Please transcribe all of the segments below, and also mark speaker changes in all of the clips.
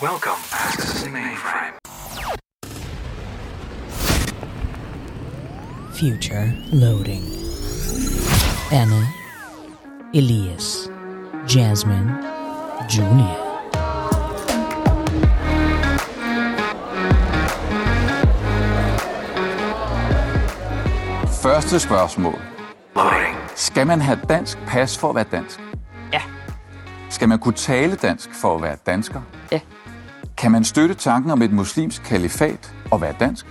Speaker 1: Welcome to the mainframe.
Speaker 2: Future loading. Anna, Elias, Jasmine, Junior.
Speaker 3: Første spørgsmål.
Speaker 1: Loading.
Speaker 3: Skal man have dansk pas for at være dansk?
Speaker 4: Ja.
Speaker 3: Skal man kunne tale dansk for at være dansker?
Speaker 4: Ja.
Speaker 3: Kan man støtte tanken om et muslimsk kalifat og være dansk?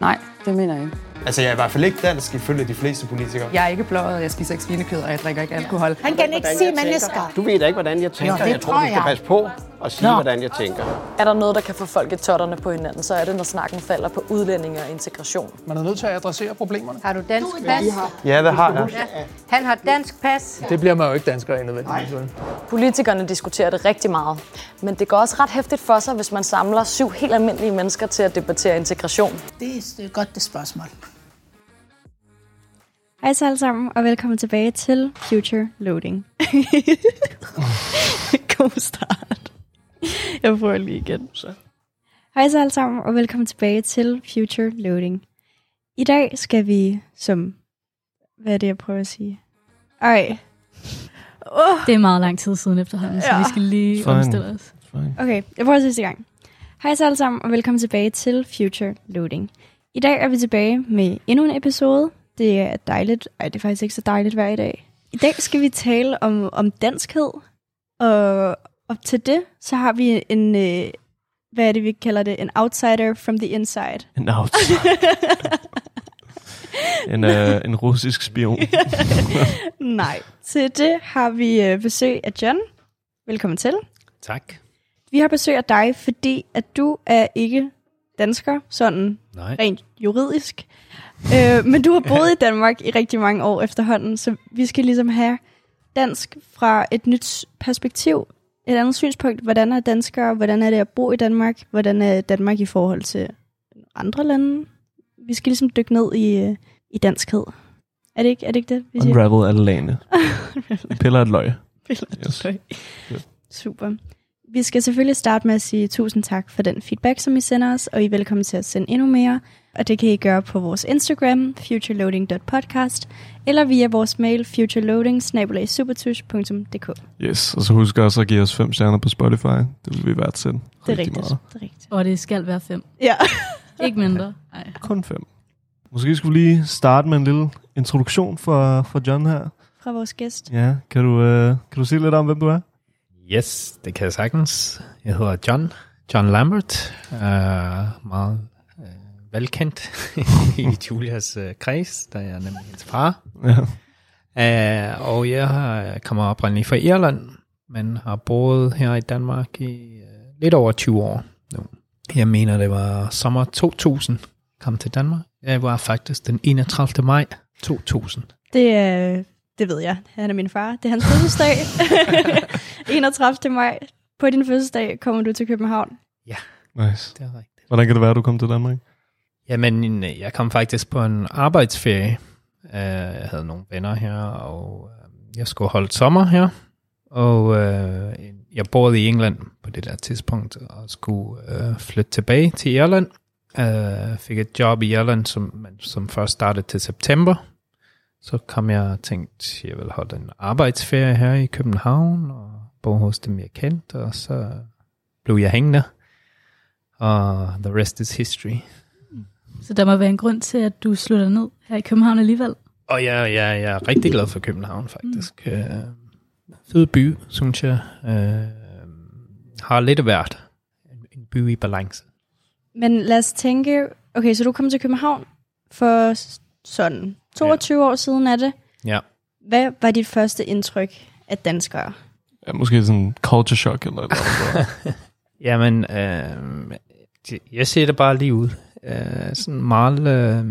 Speaker 4: Nej, det mener jeg ikke.
Speaker 5: Altså, jeg er i hvert fald ikke dansk, ifølge de fleste politikere.
Speaker 6: Jeg er ikke blået, jeg spiser ikke svinekød, og jeg drikker ikke alkohol.
Speaker 7: Han kan ikke se mennesker.
Speaker 8: Du ved da ikke, hvordan jeg tænker.
Speaker 7: Nå, det
Speaker 8: jeg tror,
Speaker 7: tror
Speaker 8: du skal
Speaker 7: jeg.
Speaker 8: passe på og sige, hvordan jeg tænker.
Speaker 9: Er der noget, der kan få folk i totterne på hinanden, så er det, når snakken falder på udlændinge og integration.
Speaker 5: Man er nødt til at adressere problemerne.
Speaker 7: Har du dansk pas?
Speaker 5: Ja, det har jeg.
Speaker 7: Han har dansk pas.
Speaker 5: Det bliver man jo ikke dansker af nødvendigvis. vel?
Speaker 9: Politikerne diskuterer det rigtig meget, men det går også ret hæftigt for sig, hvis man samler syv helt almindelige mennesker til at debattere integration.
Speaker 7: Det er et godt det spørgsmål.
Speaker 10: Hej så alle sammen, og velkommen tilbage til Future Loading. God start. Jeg prøver lige igen. Så. Hej så alle sammen, og velkommen tilbage til Future Loading. I dag skal vi som... Hvad er det, jeg prøver at sige? Ej. Oh.
Speaker 11: Det er meget lang tid siden efterhånden, så
Speaker 10: Ja.
Speaker 11: vi skal lige
Speaker 5: Fine.
Speaker 11: omstille os.
Speaker 10: Okay, jeg prøver sidste gang. Hej så alle sammen, og velkommen tilbage til Future Loading. I dag er vi tilbage med endnu en episode. Det er dejligt. Ej, det er faktisk ikke så dejligt hver i dag. I dag skal vi tale om, om danskhed, og op til det, så har vi en, øh, hvad er det, vi kalder det? En outsider from the inside.
Speaker 12: En out. en, øh, en russisk spion.
Speaker 10: Nej. Til det har vi øh, besøg af John. Velkommen til.
Speaker 13: Tak.
Speaker 10: Vi har besøg af dig, fordi at du er ikke dansker, sådan
Speaker 13: Nej.
Speaker 10: rent juridisk. Øh, men du har boet i Danmark i rigtig mange år efterhånden, så vi skal ligesom have dansk fra et nyt s- perspektiv, et andet synspunkt. Hvordan er danskere? Hvordan er det at bo i Danmark? Hvordan er Danmark i forhold til andre lande? Vi skal ligesom dykke ned i, øh, i danskhed. Er det ikke, er det, ikke det, vi siger?
Speaker 12: Unravel alle lagene. Piller et løg. Yes.
Speaker 10: Yes. Super. Vi skal selvfølgelig starte med at sige tusind tak for den feedback, som I sender os, og I er velkommen til at sende endnu mere. Og det kan I gøre på vores Instagram, futureloading.podcast, eller via vores mail, futureloading
Speaker 12: yes, og så husk også at give os fem stjerner på Spotify. Det vil vi værdsætte.
Speaker 10: Det er rigtigt. Det er rigtigt.
Speaker 11: Og det skal være fem.
Speaker 10: Ja.
Speaker 11: Ikke mindre. Ej.
Speaker 12: Kun fem. Måske skulle vi lige starte med en lille introduktion for, for John her.
Speaker 10: Fra vores gæst.
Speaker 12: Ja, kan du, øh, kan du sige lidt om, hvem du er?
Speaker 13: Yes, det kan jeg sagtens. Jeg hedder John, John Lambert. Uh, meget uh, velkendt i Julias uh, kreds, der er nemlig hendes far.
Speaker 12: Ja.
Speaker 13: Uh, og jeg har, kommer oprindeligt fra Irland, men har boet her i Danmark i uh, lidt over 20 år nu. Jeg mener, det var sommer 2000, kom til Danmark. Jeg var faktisk den 31. maj 2000.
Speaker 10: Det, er, det ved jeg. Han er min far. Det er hans fødselsdag. 31. maj. På din fødselsdag kommer du til København.
Speaker 12: Nice.
Speaker 13: Det er rigtigt.
Speaker 12: Hvordan kan det være, at du kom til Danmark?
Speaker 13: Jamen, øh, jeg kom faktisk på en arbejdsferie. Øh, Jeg havde nogle venner her, og øh, jeg skulle holde sommer her. Og øh, jeg boede i England på det der tidspunkt, og skulle øh, flytte tilbage til Irland. Øh, fik et job i Irland, som, men som først startede til september. Så kom jeg og tænkte, jeg vil holde en arbejdsferie her i København, og bo hos dem, jeg kendte, og så blev jeg hængende. Og the rest is history.
Speaker 11: Så der må være en grund til, at du slutter ned her i København alligevel.
Speaker 13: Og jeg, jeg, jeg er rigtig glad for København, faktisk. Mm. Øh, fed by, synes jeg. Øh, har lidt af hvert. En- En by i balance.
Speaker 10: Men lad os tænke, okay, så du kom til København for s- sådan 22 år siden er det.
Speaker 13: Ja.
Speaker 10: Hvad var dit første indtryk af danskere?
Speaker 12: Ja, måske sådan en culture shock eller noget.
Speaker 13: Jamen, øh, det- jeg ser det bare lige ud. Øh, sådan meget øh,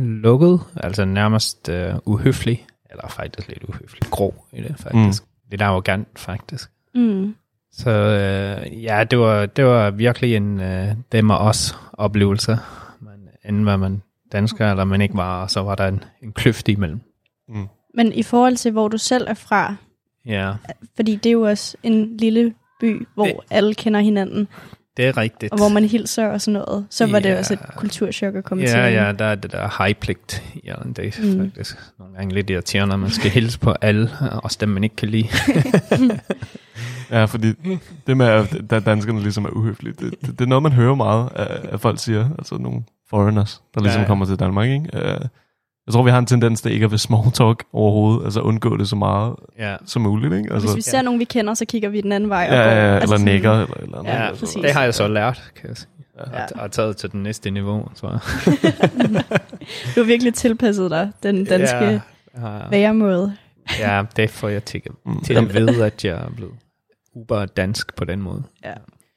Speaker 13: lukket, altså nærmest øh, uhøflig, eller faktisk lidt uhøflig, grå i det faktisk. Mm. Lidt arrogant faktisk.
Speaker 10: Mm.
Speaker 13: Så øh, ja, det var, det var virkelig en øh, dem og os oplevelse. Man, enten var man dansker, eller man ikke var, og så var der en, en kløft imellem.
Speaker 12: mm.
Speaker 10: Men i forhold til, hvor du selv er fra,
Speaker 13: Ja,
Speaker 10: fordi det er jo også en lille by, hvor det, alle kender hinanden,
Speaker 13: Det er rigtigt. øh,
Speaker 10: og hvor man hilser og sådan noget. Så var det
Speaker 13: Ja.
Speaker 10: også et kulturschok at komme til.
Speaker 13: Ja, ja, der er det der hejpligt i Ireland. Det er
Speaker 10: Mm.
Speaker 13: mm. faktisk nogle gange lidt irriterende, at man skal hilse på alle, også dem, man ikke kan lide.
Speaker 12: Ja, fordi det med, at da danskerne ligesom er uhøflige, det, det, det er noget, man hører meget, at at folk siger, altså nogle foreigners, der ligesom
Speaker 13: Ja,
Speaker 12: ja,
Speaker 13: ja.
Speaker 12: ja. kommer til Danmark, ikke? Øh, Jeg tror, vi har en tendens til ikke at være small talk overhovedet, altså undgå det så meget
Speaker 13: ja.
Speaker 12: som muligt, ikke?
Speaker 10: Altså,
Speaker 12: Altså,
Speaker 10: Hvis vi ser nogen, vi kender, så kigger vi den anden vej. og
Speaker 12: Ja, ja,
Speaker 10: går. Altså
Speaker 12: ja, eller
Speaker 10: sådan-
Speaker 12: nikker, eller- eller andet.
Speaker 10: Ja,
Speaker 13: Ja,
Speaker 10: præcis.
Speaker 13: det har jeg så lært, kan jeg sige.
Speaker 10: Ja.
Speaker 13: Ja. Og, og taget til den næste niveau, tror jeg.
Speaker 10: Du har virkelig tilpasset dig den danske
Speaker 13: Ja,
Speaker 10: ja,
Speaker 13: ja.
Speaker 10: væremåde.
Speaker 13: ja, det får jeg til, til
Speaker 12: Mm. Jamen.
Speaker 13: at vide, at jeg er blevet uber dansk på den måde.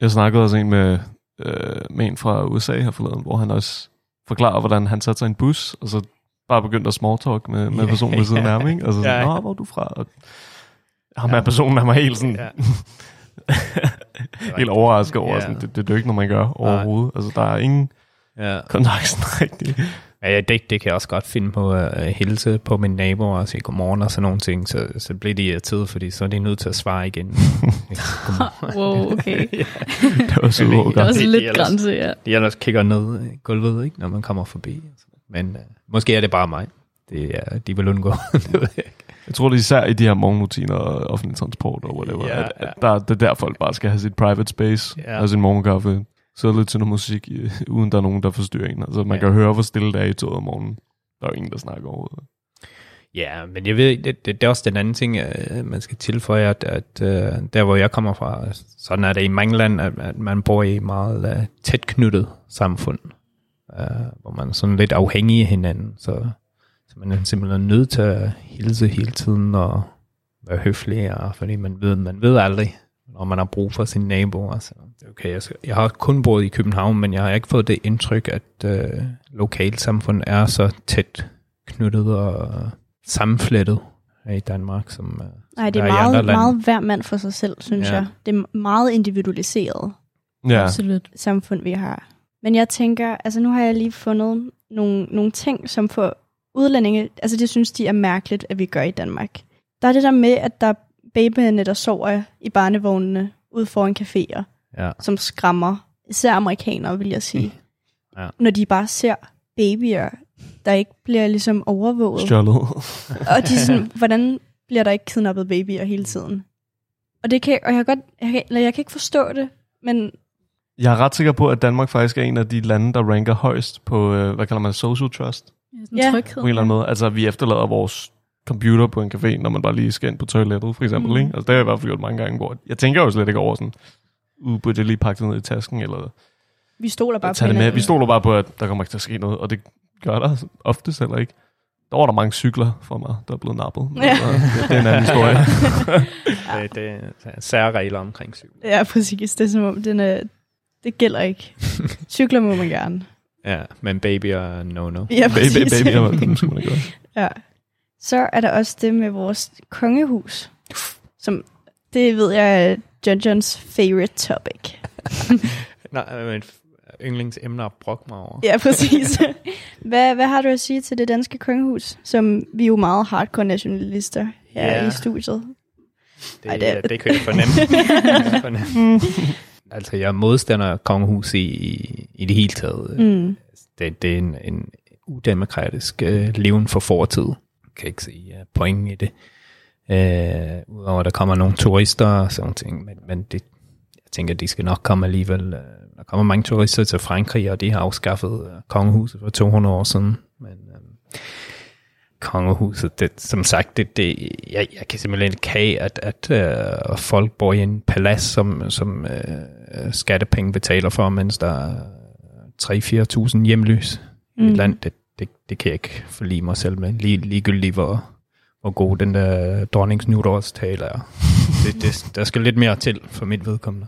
Speaker 12: Jeg snakkede også en med, øh, med en fra USA her forleden, hvor han også forklarer, hvordan han satte sig i en bus, og så bare begyndte at smalltalk med, med personen ved siden af ham, ikke? Altså,
Speaker 13: Ja,
Speaker 12: sådan,
Speaker 13: ja.
Speaker 12: Nå, hvor er du fra? Og ham her personen er mig helt sådan...
Speaker 13: Ja.
Speaker 12: helt overrasket over,
Speaker 13: Ja.
Speaker 12: ja. sådan, det, det, er jo ikke noget, man gør overhovedet. Altså, der er ingen
Speaker 13: Ja.
Speaker 12: kontakt sådan rigtig.
Speaker 13: Ja, ja, det, det kan jeg også godt finde på at at hilse på min nabo og sige godmorgen og sådan nogle ting, så, så bliver de irriteret, fordi så er de nødt til at svare igen. Godmorgen.
Speaker 11: Wow, okay.
Speaker 13: ja.
Speaker 12: Det var super
Speaker 13: Men
Speaker 12: godt. Det er også
Speaker 13: de-
Speaker 11: lidt
Speaker 13: de ellers-
Speaker 11: grænse, ja.
Speaker 13: De ellers kigger ned i gulvet, ikke, når man kommer forbi. Men øh, måske er det bare mig. Det er, de vil undgå. Det ved jeg ikke.
Speaker 12: Jeg tror, det er især i de her morgenrutiner og offentlig transport og whatever,
Speaker 13: Ja,
Speaker 12: ja, at, at der, det er der, folk bare skal have sit private space,
Speaker 13: Ja.
Speaker 12: ja. have sin morgenkaffe, sidde lidt til noget musik, i- uden der er nogen, der forstyrrer en. Altså, man
Speaker 13: Ja.
Speaker 12: ja. kan høre, hvor stille det er i toget om morgenen. Der er jo ingen, der snakker overhovedet.
Speaker 13: Ja, men jeg ved, ikke, det, det, det er også den anden ting, øh, man skal tilføje, at, at øh, der hvor jeg kommer fra, sådan er det i mange lande, at, at man bor i et meget øh, tæt knyttet samfund, øh, hvor man er sådan lidt afhængig af hinanden, så, så man er simpelthen nødt til at hilse hele tiden og være høflig, og, fordi man ved, man ved aldrig, når man har brug for sin nabo. Altså, okay, jeg, skal, jeg har kun boet i København, men jeg har ikke fået det indtryk, at øh, lokalsamfund er så tæt knyttet og sammenflettet her i Danmark, som, øh,
Speaker 10: Nej,
Speaker 13: som
Speaker 10: det er
Speaker 13: i
Speaker 10: meget,
Speaker 13: andre lande.
Speaker 10: meget hver mand for sig selv, synes
Speaker 13: Ja.
Speaker 10: ja. jeg. Det er meget individualiseret
Speaker 12: Ja.
Speaker 11: Absolut.
Speaker 10: samfund, vi har. Men jeg tænker, altså nu har jeg lige fundet nogle, nogle ting, som for udlændinge, altså det synes de er mærkeligt, at vi gør i Danmark. Der er det der med, at der er babyerne, der sover i barnevognene ude foran caféer,
Speaker 13: Ja.
Speaker 10: som skræmmer især amerikanere, vil jeg sige.
Speaker 13: Ja.
Speaker 10: Når de bare ser babyer, der ikke bliver ligesom overvåget.
Speaker 12: Stjålet.
Speaker 10: og de er sådan, hvordan bliver der ikke kidnappet babyer hele tiden? Og, det kan, og jeg, kan godt, jeg, kan, eller jeg kan ikke forstå det, men
Speaker 12: Jeg er ret sikker på, at Danmark faktisk er en af de lande, der ranker højst på, øh, hvad kalder man, social trust?
Speaker 11: sådan Ja. tryghed.
Speaker 12: På en eller anden måde. Altså, vi efterlader vores computer på en café, når man bare lige skal ind på toilettet, for eksempel.
Speaker 11: Mm.
Speaker 12: Mm. Ikke? Altså, det har jeg i hvert fald gjort mange gange, hvor jeg tænker jo slet ikke over sådan, uh, burde jeg lige pakke det ned i tasken, eller
Speaker 10: vi stoler bare
Speaker 12: tage
Speaker 10: på
Speaker 12: det med.
Speaker 10: hinanden.
Speaker 12: Vi stoler bare på, at der kommer ikke til at ske noget, og det gør der oftest heller ikke. Der var der mange cykler for mig, der er blevet nappet. Men
Speaker 10: Ja.
Speaker 12: altså, Det, det er en anden historie.
Speaker 13: det, det, det er særregler omkring cykel.
Speaker 10: Ja, præcis. Det er som om, den, øh, det gælder ikke. Cykler må man gerne.
Speaker 13: Ja, men babyer er no-no.
Speaker 10: Ja, præcis.
Speaker 12: Baby, baby, ja, dem skulle man ikke gøre.
Speaker 10: Ja. Så er der også det med vores kongehus, som det ved jeg er John Johns favorite topic.
Speaker 13: Nej, øh, men yndlingsemner at brokke mig over.
Speaker 10: Ja, præcis. hvad, hvad har du at sige til det danske kongehus, som vi er jo meget hardcore nationalister her
Speaker 13: Ja.
Speaker 10: i studiet?
Speaker 13: Det,
Speaker 10: Ej,
Speaker 13: Ej,
Speaker 10: det Mm. er-
Speaker 13: det, det kan jeg fornemme. Det kan jeg fornemme. altså, jeg er modstander af kongehus i, i, i det hele taget.
Speaker 10: Mm.
Speaker 13: Det, det er en, en udemokratisk øh, leven for fortid. Jeg kan ikke se uh, pointen i det. Øh, Udover at der kommer nogle turister og sådan nogle ting. Men, men det, jeg tænker, de skal nok komme alligevel. Øh, Der kommer mange turister til Frankrig, og de har afskaffet øh, kongehuset for 200 år siden. Men øh, kongehuset, det, som sagt, det, det, jeg, jeg kan simpelthen ikke have, at, at øh, folk bor i en palads, som, som øh, skattepenge betaler for, mens der er 3-4.000 hjemløse mm. i
Speaker 10: Mm.
Speaker 13: et land. Det, det, det kan jeg ikke forlige mig selv med, Lige, ligegyldigt hvor, hvor god den der dronnings nytårstale er. det, det, der skal lidt mere til for mit vedkommende.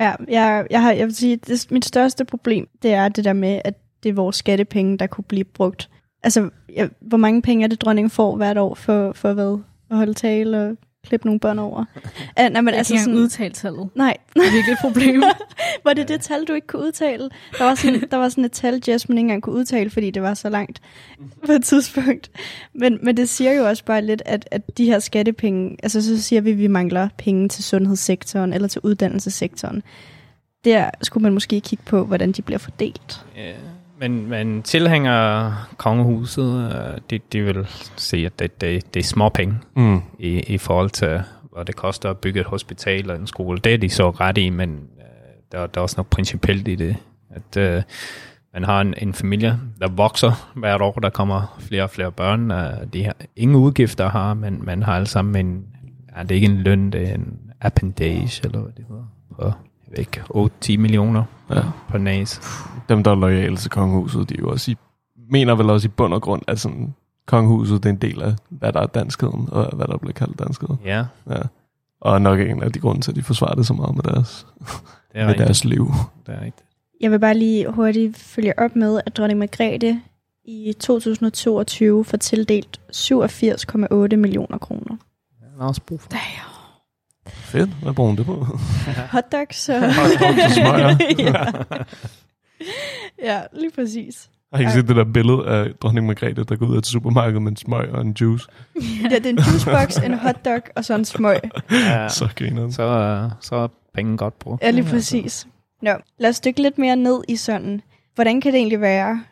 Speaker 10: Ja, jeg, jeg, har, jeg vil sige, det, mit største problem, det er det der med, at det er vores skattepenge, der kunne blive brugt. Altså, jeg, hvor mange penge er det, dronningen får hvert år for, for hvad? At holde tale og klippe nogle bånd over. Uh, nej, men
Speaker 11: Jeg
Speaker 10: altså
Speaker 11: kan ikke
Speaker 10: sådan,
Speaker 11: engang udtale tallet.
Speaker 10: Nej. Det er virkelig et problem. var det det tal, du ikke kunne udtale? Der var sådan, der var sådan et tal, Jasmine ikke engang kunne udtale, fordi det var så langt på et tidspunkt. Men, men det siger jo også bare lidt, at, at de her skattepenge, altså så siger vi, at vi mangler penge til sundhedssektoren eller til uddannelsessektoren. Der skulle man måske kigge på, hvordan de bliver fordelt.
Speaker 13: Ja, Øh, men, men tilhænger kongehuset, øh, de, de vil se, at det, det, det er små penge
Speaker 12: Mm.
Speaker 13: i, i forhold til, hvad det koster at bygge et hospital eller en skole. Det er de så ret i, men øh, der, der er også noget principielt i det. At øh, man har en, en familie, der vokser hvert år, der kommer flere og flere børn. Øh, de har ingen udgifter har, men man har alle sammen en, ja, det er ikke en løn, det er en appendage, eller hvad det hedder, på jeg ved ikke 8-10 millioner ja. på næs.
Speaker 12: Dem, der er lojale til kongehuset, de er jo også i, mener vel også i bund og grund, at sådan, kongehuset det er en del af, hvad der er danskheden, og hvad der bliver kaldt danskheden.
Speaker 13: Ja.
Speaker 12: ja. Og nok en af de grunde til, at de forsvarer det så meget med deres,
Speaker 13: er
Speaker 12: med
Speaker 13: rigtigt.
Speaker 12: deres liv.
Speaker 13: Det er rigtigt.
Speaker 10: Jeg vil bare lige hurtigt følge op med, at dronning Margrethe i 2022 får tildelt 87,8 millioner kroner.
Speaker 13: Man har også brug for det.
Speaker 12: Fedt, hvad bruger hun det på?
Speaker 10: Hotdogs og...
Speaker 12: Hotdogs og smøger.
Speaker 10: ja. ja, lige præcis.
Speaker 12: Har I ikke set det der billede af dronning Margrethe, der går ud af et supermarked med en smøg og en juice?
Speaker 10: Ja, det er en juicebox, en hotdog og så en smøg.
Speaker 13: Ja,
Speaker 12: så griner
Speaker 13: så, øh, så er penge godt brugt.
Speaker 10: Ja, lige præcis. Nå, lad os dykke lidt mere ned i sådan, hvordan kan det egentlig være?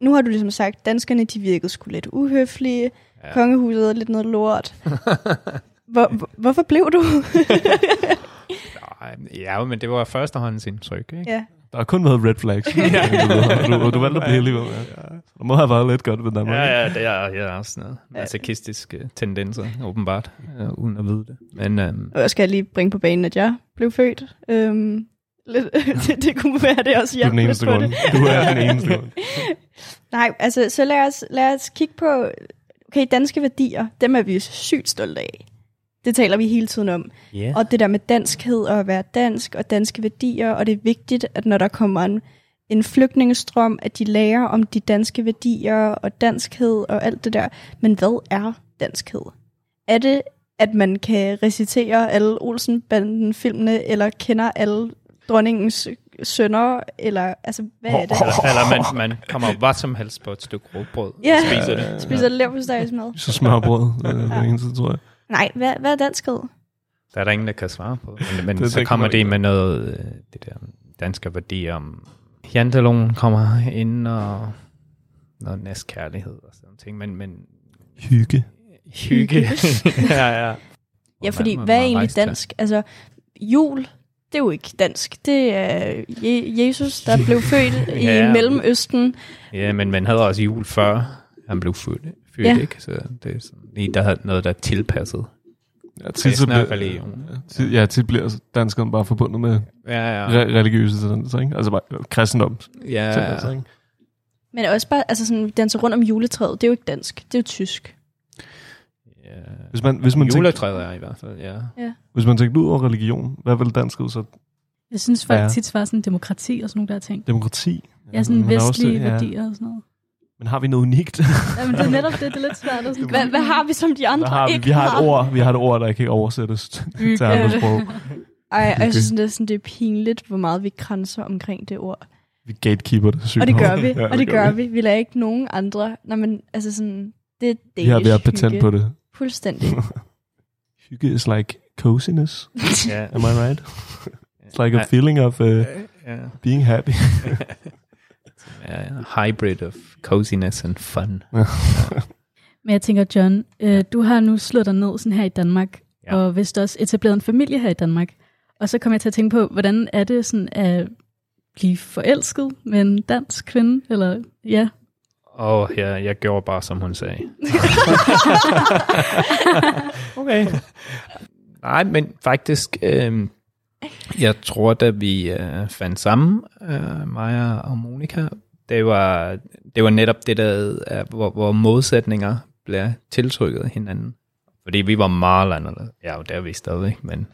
Speaker 10: Nu har du ligesom sagt, danskerne de virkede sgu lidt uhøflige, ja. kongehuset er lidt noget lort. Hvor, hvor- hvorfor blev du?
Speaker 13: Ej, Ja, men det var førstehåndsindtryk, ikke?
Speaker 10: Ja.
Speaker 12: Der har kun været red flags.
Speaker 13: Ja.
Speaker 12: du, du valgte at blive heldig ved. Ja. Der må have været lidt godt ved Danmark.
Speaker 13: Ja, ja, det er, ja, også noget masochistiske tendenser, åbenbart, øh, uden at vide det. Men øhm,
Speaker 10: Og jeg skal lige bringe på banen, at jeg blev født. Øhm, lidt, det, det kunne være det også
Speaker 12: Du er
Speaker 10: hjalp
Speaker 12: den
Speaker 10: lidt
Speaker 12: eneste
Speaker 10: på
Speaker 12: grund.
Speaker 10: det.
Speaker 12: Du er den eneste grund.
Speaker 10: Nej, altså, så lad os, lad os kigge på, okay, danske værdier, dem er vi jo sygt stolte af. Det taler vi hele tiden om.
Speaker 13: Ja.
Speaker 10: Og det der med danskhed og at være dansk og danske værdier, og det er vigtigt, at når der kommer en, en flygtningestrøm, at de lærer om de danske værdier og danskhed og alt det der. Men hvad er danskhed? Er det, at man kan recitere alle Olsenbanden-filmene, eller kender alle dronningens sønner, eller altså, hvad er det?
Speaker 13: Eller, eller man, man kommer hvad som helst på et stykke råbrød
Speaker 10: Ja,
Speaker 13: og spiser det.
Speaker 10: Spiser leverpostejsmad.
Speaker 12: Så smørbrød, øh, det er det eneste, tror jeg.
Speaker 10: Nej, hvad, hvad er danskhed?
Speaker 13: Der er der ingen, der kan svare på. Men, men
Speaker 12: Det
Speaker 13: det, så
Speaker 12: tænker
Speaker 13: kommer
Speaker 12: man
Speaker 13: det med noget, øh, det der danske værdi om, janteloven kommer ind og noget næstkærlighed og sådan nogle ting. Men, men
Speaker 12: Hygge.
Speaker 13: hygge. ja, ja.
Speaker 10: Ja,
Speaker 13: Hvor
Speaker 10: fordi
Speaker 13: man-
Speaker 10: hvad er
Speaker 13: man
Speaker 10: egentlig
Speaker 13: rejst til.
Speaker 10: dansk? Altså, jul, det er jo ikke dansk. Det er Je- Jesus, der blev født i
Speaker 13: Ja.
Speaker 10: Mellemøsten.
Speaker 13: Ja, men man havde også jul før han blev født, født
Speaker 10: Ja.
Speaker 13: ja. ikke? Så det er sådan, lige, der havde noget, der er tilpasset.
Speaker 12: Ja, tit, så
Speaker 13: Kristne
Speaker 12: bliver,
Speaker 13: religion.
Speaker 12: Ja, tit, ja, tit bliver danskeren bare forbundet med
Speaker 13: Ja, ja.
Speaker 12: re- religiøse tendenser, ikke? Altså bare kristendom.
Speaker 13: Ja.
Speaker 12: tendenser, ikke?
Speaker 10: Men også bare, altså sådan, danse rundt om juletræet, det er jo ikke dansk. Det er jo tysk.
Speaker 12: Hvis man, hvis man
Speaker 13: Juletræet er i hvert fald, ja.
Speaker 10: Ja.
Speaker 12: Hvis man tænkte ud over religion, hvad vil dansk ud så?
Speaker 11: Jeg synes folk
Speaker 12: Ja.
Speaker 11: tit svarer sådan demokrati og sådan nogle der ting.
Speaker 12: Demokrati.
Speaker 11: Ja, sådan
Speaker 12: Men også
Speaker 11: vestlige
Speaker 12: det, ja.
Speaker 11: værdier og sådan noget.
Speaker 12: Men har vi noget unikt?
Speaker 11: Ja, men det er netop det, det er lidt svært. at sådan-
Speaker 10: Hvad, hvad har vi, som de
Speaker 12: Mm. Hvad
Speaker 10: andre
Speaker 12: har vi?
Speaker 10: ikke
Speaker 12: vi har et ord, vi har et ord, der ikke kan oversættes til
Speaker 11: Øh.
Speaker 12: andre sprog.
Speaker 10: Ej, og jeg
Speaker 12: Hygge.
Speaker 10: synes næsten, det er pinligt, hvor meget vi kranser omkring det ord.
Speaker 12: Vi gatekeeper det sygt
Speaker 10: og det gør
Speaker 12: meget.
Speaker 10: vi, og det gør vi. Vi lader ikke nogen andre. Nå, men altså sådan, det er
Speaker 12: Vi har været
Speaker 10: danish
Speaker 12: patent
Speaker 10: hygge.
Speaker 12: på det.
Speaker 10: Fuldstændig.
Speaker 12: Hygge is like coziness.
Speaker 13: Ja.
Speaker 12: Am I right? It's like a
Speaker 13: Ja.
Speaker 12: feeling of uh, being happy.
Speaker 13: Ja, hybrid of coziness and fun.
Speaker 11: Men jeg tænker, John, øh, du har nu slået dig ned sådan her i Danmark,
Speaker 13: Ja.
Speaker 11: ja. og vist også etableret en familie her i Danmark. Og så kom jeg til at tænke på, hvordan er det sådan at blive forelsket med en dansk kvinde? Eller, ja.
Speaker 13: Og ja, jeg gjorde bare, som hun sagde. okay. Nej, men faktisk, øh, jeg tror, da vi øh, fandt sammen, øh, mig og Monika, det var, det var netop det der, øh, hvor, hvor modsætninger blev tiltrykket af hinanden. Fordi vi var meget anderledes. Ja, og der er vi stadigvæk, men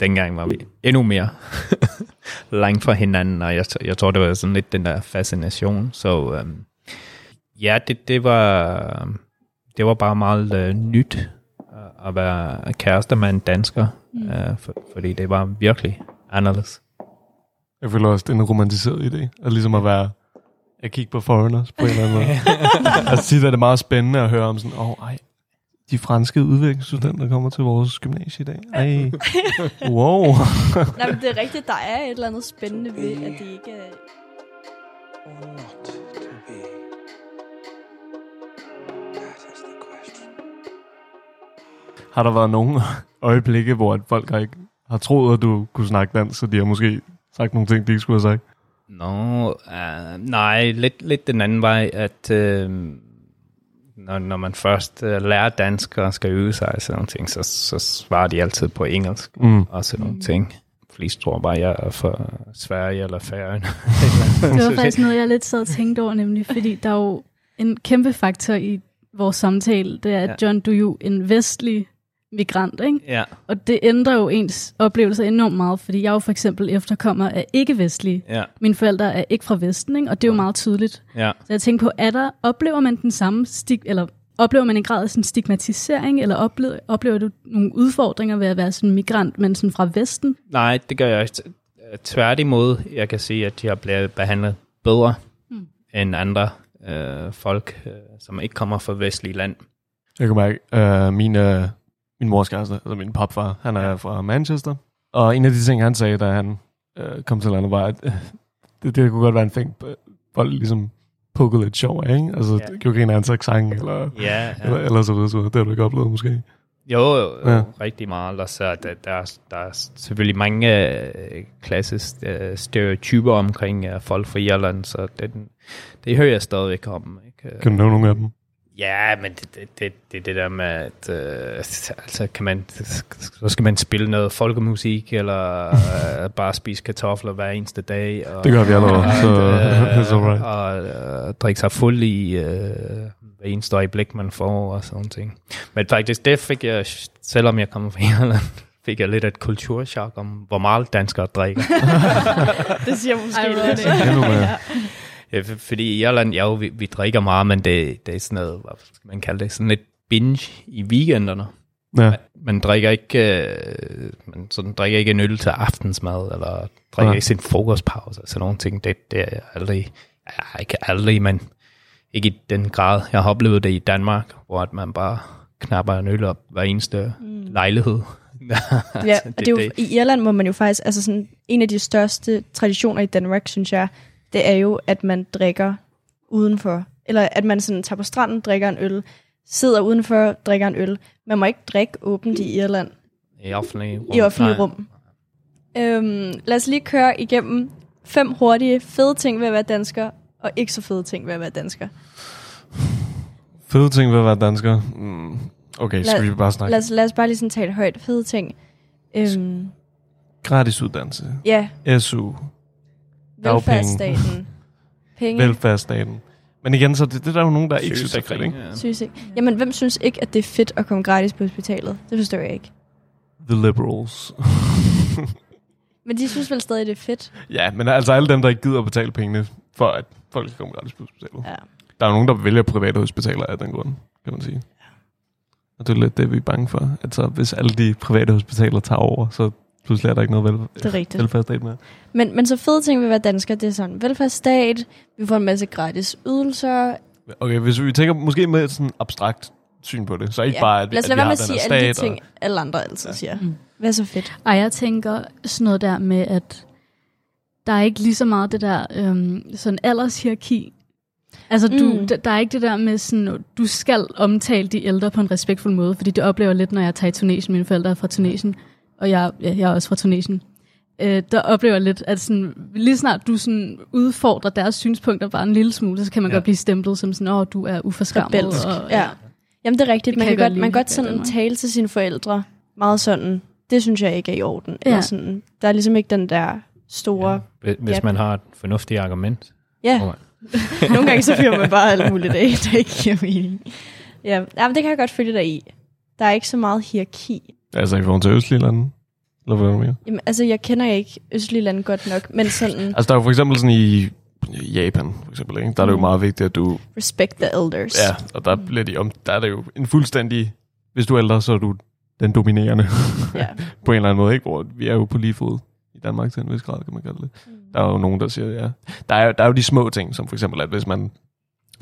Speaker 13: dengang var vi endnu mere langt fra hinanden, og jeg, jeg tror, det var sådan lidt den der fascination. Så øhm, ja, det, det, var, det var bare meget øh, nyt øh, at være kærester med en dansker,
Speaker 11: Mm.
Speaker 13: mm. øh, for, fordi det var virkelig anderledes.
Speaker 12: Jeg føler også, det er en romantiseret idé, at ligesom at være at kigge på foreigners på en eller anden måde. altså tit er det meget spændende at høre om sådan, åh oh, ej, de franske udviklingsstudenter kommer til vores gymnasie i dag. Ej, wow.
Speaker 10: Nej, men det er rigtigt, der er et eller andet spændende ved, at det ikke øh, er...
Speaker 12: har der været nogle øjeblikke, hvor at folk har ikke har troet, at du kunne snakke dansk, så de har måske sagt nogle ting, de ikke skulle have sagt?
Speaker 13: Nå, uh, nej, lidt, lidt den anden vej, at uh, når, når man først uh, lærer dansk og skal øve sig og sådan nogle ting, så, så svarer de altid på engelsk
Speaker 12: Mm.
Speaker 13: og sådan
Speaker 11: Mm.
Speaker 13: nogle ting. Flest tror bare, jeg er fra Sverige eller Færøen.
Speaker 11: Det var faktisk noget, jeg lidt sad og tænkte over, nemlig, fordi der er jo en kæmpe faktor i vores samtale, det er, at
Speaker 13: Ja.
Speaker 11: John, du er jo en vestlig migrant, ikke?
Speaker 13: Ja.
Speaker 11: Og det ændrer jo ens oplevelser enormt meget, fordi jeg er jo for eksempel efterkommer af ikke-vestlige.
Speaker 13: Ja.
Speaker 11: Mine forældre er ikke fra Vesten, ikke? og det er jo meget tydeligt.
Speaker 13: Ja.
Speaker 11: Så jeg tænker på, er der, oplever man den samme stig, eller oplever man en grad af sådan stigmatisering, eller oplever, oplever du nogle udfordringer ved at være sådan en migrant, men sådan fra Vesten?
Speaker 13: Nej, det gør jeg ikke. Tværtimod, jeg kan sige, at jeg bliver behandlet bedre
Speaker 11: Mm.
Speaker 13: mm. end andre øh, folk, øh, som ikke kommer fra vestlige land.
Speaker 12: Jeg kan mærke, øh, min, øh, min mors kæreste, altså min papfar, han er fra Manchester. Og en af de ting, han sagde, da han øh, kom til landet, var, at øh, det, det kunne godt være en ting, øh, folk ligesom pukkede lidt sjov af, ikke? Altså,
Speaker 13: Ja.
Speaker 12: yeah. gjorde en af hans accent, eller,
Speaker 13: Ja, ja.
Speaker 12: eller, eller så videre, så videre. Det har du ikke oplevet, måske.
Speaker 13: Jo, jo
Speaker 12: Ja.
Speaker 13: ja. rigtig meget. Og så der, der, er, der er selvfølgelig mange øh, klassisk øh, stereotyper omkring øh, folk fra Irland, så den, det hører jeg stadigvæk om. Ikke? Øh,
Speaker 12: Kan du nævne nogle af dem?
Speaker 13: Ja, men det er det, det, det, det der med, at øh, altså kan man, så skal man spille noget folkemusik, eller øh, bare spise kartofler hver eneste dag. Og,
Speaker 12: Det gør vi allerede,
Speaker 13: og,
Speaker 12: så
Speaker 13: øh,
Speaker 12: it's alright.
Speaker 13: Og øh, drikke sig fuld i øh, hver eneste øjeblik, man får, og sådan ting. Men faktisk, det fik jeg, selvom jeg kommer fra Irland, fik jeg lidt af et kulturschok om, hvor meget danskere drikker.
Speaker 10: det siger måske
Speaker 11: Ej, hvor er
Speaker 10: lidt.
Speaker 11: det. Endnu mere.
Speaker 13: Ja, for- fordi i Irland, ja, jo, vi, vi drikker meget, men det, det er sådan noget, hvad skal man kalde det, sådan lidt binge i weekenderne.
Speaker 12: Ja.
Speaker 13: Man, man drikker ikke, øh, man sådan drikker ikke en øl til aftensmad, eller drikker
Speaker 12: Nej.
Speaker 13: ikke sin frokostpause, sådan nogle ting. Det, det er jeg aldrig, ja, ikke aldrig, men ikke i den grad. Jeg har oplevet det i Danmark, hvor at man bare knapper en øl op hver eneste
Speaker 10: Mm.
Speaker 13: mm. lejlighed.
Speaker 10: Ja, og det er jo, i Irland må man jo faktisk, altså sådan, en af de største traditioner i Danmark, synes jeg, det er jo, at man drikker udenfor. Eller at man sådan tager på stranden, drikker en øl, sidder udenfor, drikker en øl. Man må ikke drikke åbent i Irland,
Speaker 13: I offentlige rum.
Speaker 10: i offentlige
Speaker 13: Nej.
Speaker 10: rum. Øhm, lad os lige køre igennem fem hurtige fede ting ved at være dansker, og ikke så fede ting ved at være dansker.
Speaker 12: Fede ting ved at være dansker. Mm. Okay, skal vi bare snakke?
Speaker 10: Lad os, lad os bare lige sådan tale højt. Fede ting. Øhm,
Speaker 12: Gratis uddannelse.
Speaker 10: Ja.
Speaker 12: SU.
Speaker 10: velfærdsstaten. Penge.
Speaker 12: Velfærdsstaten. Men igen, så det, det er der jo nogen, der ikke synes er fedt,
Speaker 13: Sygesikring,
Speaker 12: ikke?
Speaker 10: Synes ikke. Jamen, hvem synes ikke, at det er fedt at komme gratis på hospitalet? Det forstår jeg ikke.
Speaker 12: The liberals.
Speaker 10: Men de synes vel stadig, det er fedt.
Speaker 12: Ja, men altså alle dem, der ikke gider at betale pengene, for at folk kan komme gratis på hospitalet.
Speaker 10: Ja.
Speaker 12: Der er jo nogen, der vælger private hospitaler af den grund, kan man sige. Og det er lidt det, vi er bange for. Altså, hvis alle de private hospitaler tager over, så pludselig er der ikke noget velf-
Speaker 10: Det er rigtigt.
Speaker 12: velfærdsstat mere.
Speaker 10: Men, men så fede ting ved at være dansker, det er sådan velfærdsstat, vi får en masse gratis ydelser.
Speaker 12: Okay, hvis vi tænker måske med et sådan abstrakt syn på det, så ikke
Speaker 10: Ja.
Speaker 12: ja. bare, at,
Speaker 10: Lad os
Speaker 12: at vi
Speaker 10: lade være
Speaker 12: har
Speaker 10: med at
Speaker 12: den her
Speaker 10: sige alle de
Speaker 12: stat
Speaker 10: ting, alle andre altid siger.
Speaker 11: Mm.
Speaker 10: Hvad er så fedt?
Speaker 11: Ej, jeg tænker sådan noget der med, at der er ikke lige så meget det der øhm, sådan aldershierarki. Altså, du,
Speaker 10: Mm.
Speaker 11: mm. der er ikke det der med sådan, du skal omtale de ældre på en respektfuld måde, fordi det oplever jeg lidt, når jeg tager i Tunesien. Mine forældre er fra Tunesien, og jeg, ja, jeg er også fra Tunesien. Øh, der oplever jeg lidt, at sådan, lige snart du sådan udfordrer deres synspunkter bare en lille smule, så kan man ja. godt blive stemplet som sådan, åh, du er uforskammet.
Speaker 10: Rebelsk.
Speaker 11: Og,
Speaker 10: ja. Jamen, det er rigtigt.
Speaker 11: Det
Speaker 10: man
Speaker 11: kan
Speaker 10: kan,
Speaker 11: jeg godt
Speaker 10: godt, man kan
Speaker 11: lide her
Speaker 10: godt
Speaker 11: i
Speaker 10: sådan
Speaker 11: Danmark.
Speaker 10: tale til sine forældre meget sådan, det synes jeg ikke er i orden. Ja. Eller
Speaker 11: Ja.
Speaker 10: sådan, der er ligesom ikke den der store...
Speaker 13: Hvis- Hvis
Speaker 10: gap.
Speaker 13: man har et fornuftigt argument.
Speaker 10: Ja.
Speaker 13: Hvor man-
Speaker 10: Nogle gange så fyrer man bare alt muligt af, der ikke giver mening. Ja, jamen, det kan jeg godt følge dig i. Der er ikke så meget hierarki.
Speaker 12: der... Altså i forhold til østlige lande? Eller hvad mener du?
Speaker 10: Jamen, altså, jeg kender ikke østlige lande godt nok, men sådan,
Speaker 12: Altså der er jo for eksempel sådan i Japan, for eksempel, ikke? der er det jo meget vigtigt, at du
Speaker 10: Mm. respect the elders.
Speaker 12: Ja, og der, bliver de om, der er det jo en fuldstændig... Hvis du er ældre, så er du den dominerende
Speaker 11: Ja.
Speaker 12: på en eller anden måde. Ikke? Hvor vi er jo på lige fod i Danmark til en vis grad, kan man kalde det.
Speaker 10: Mm.
Speaker 12: Der er jo nogen, der siger, ja. Der er, der er jo de små ting, som for eksempel, at hvis man,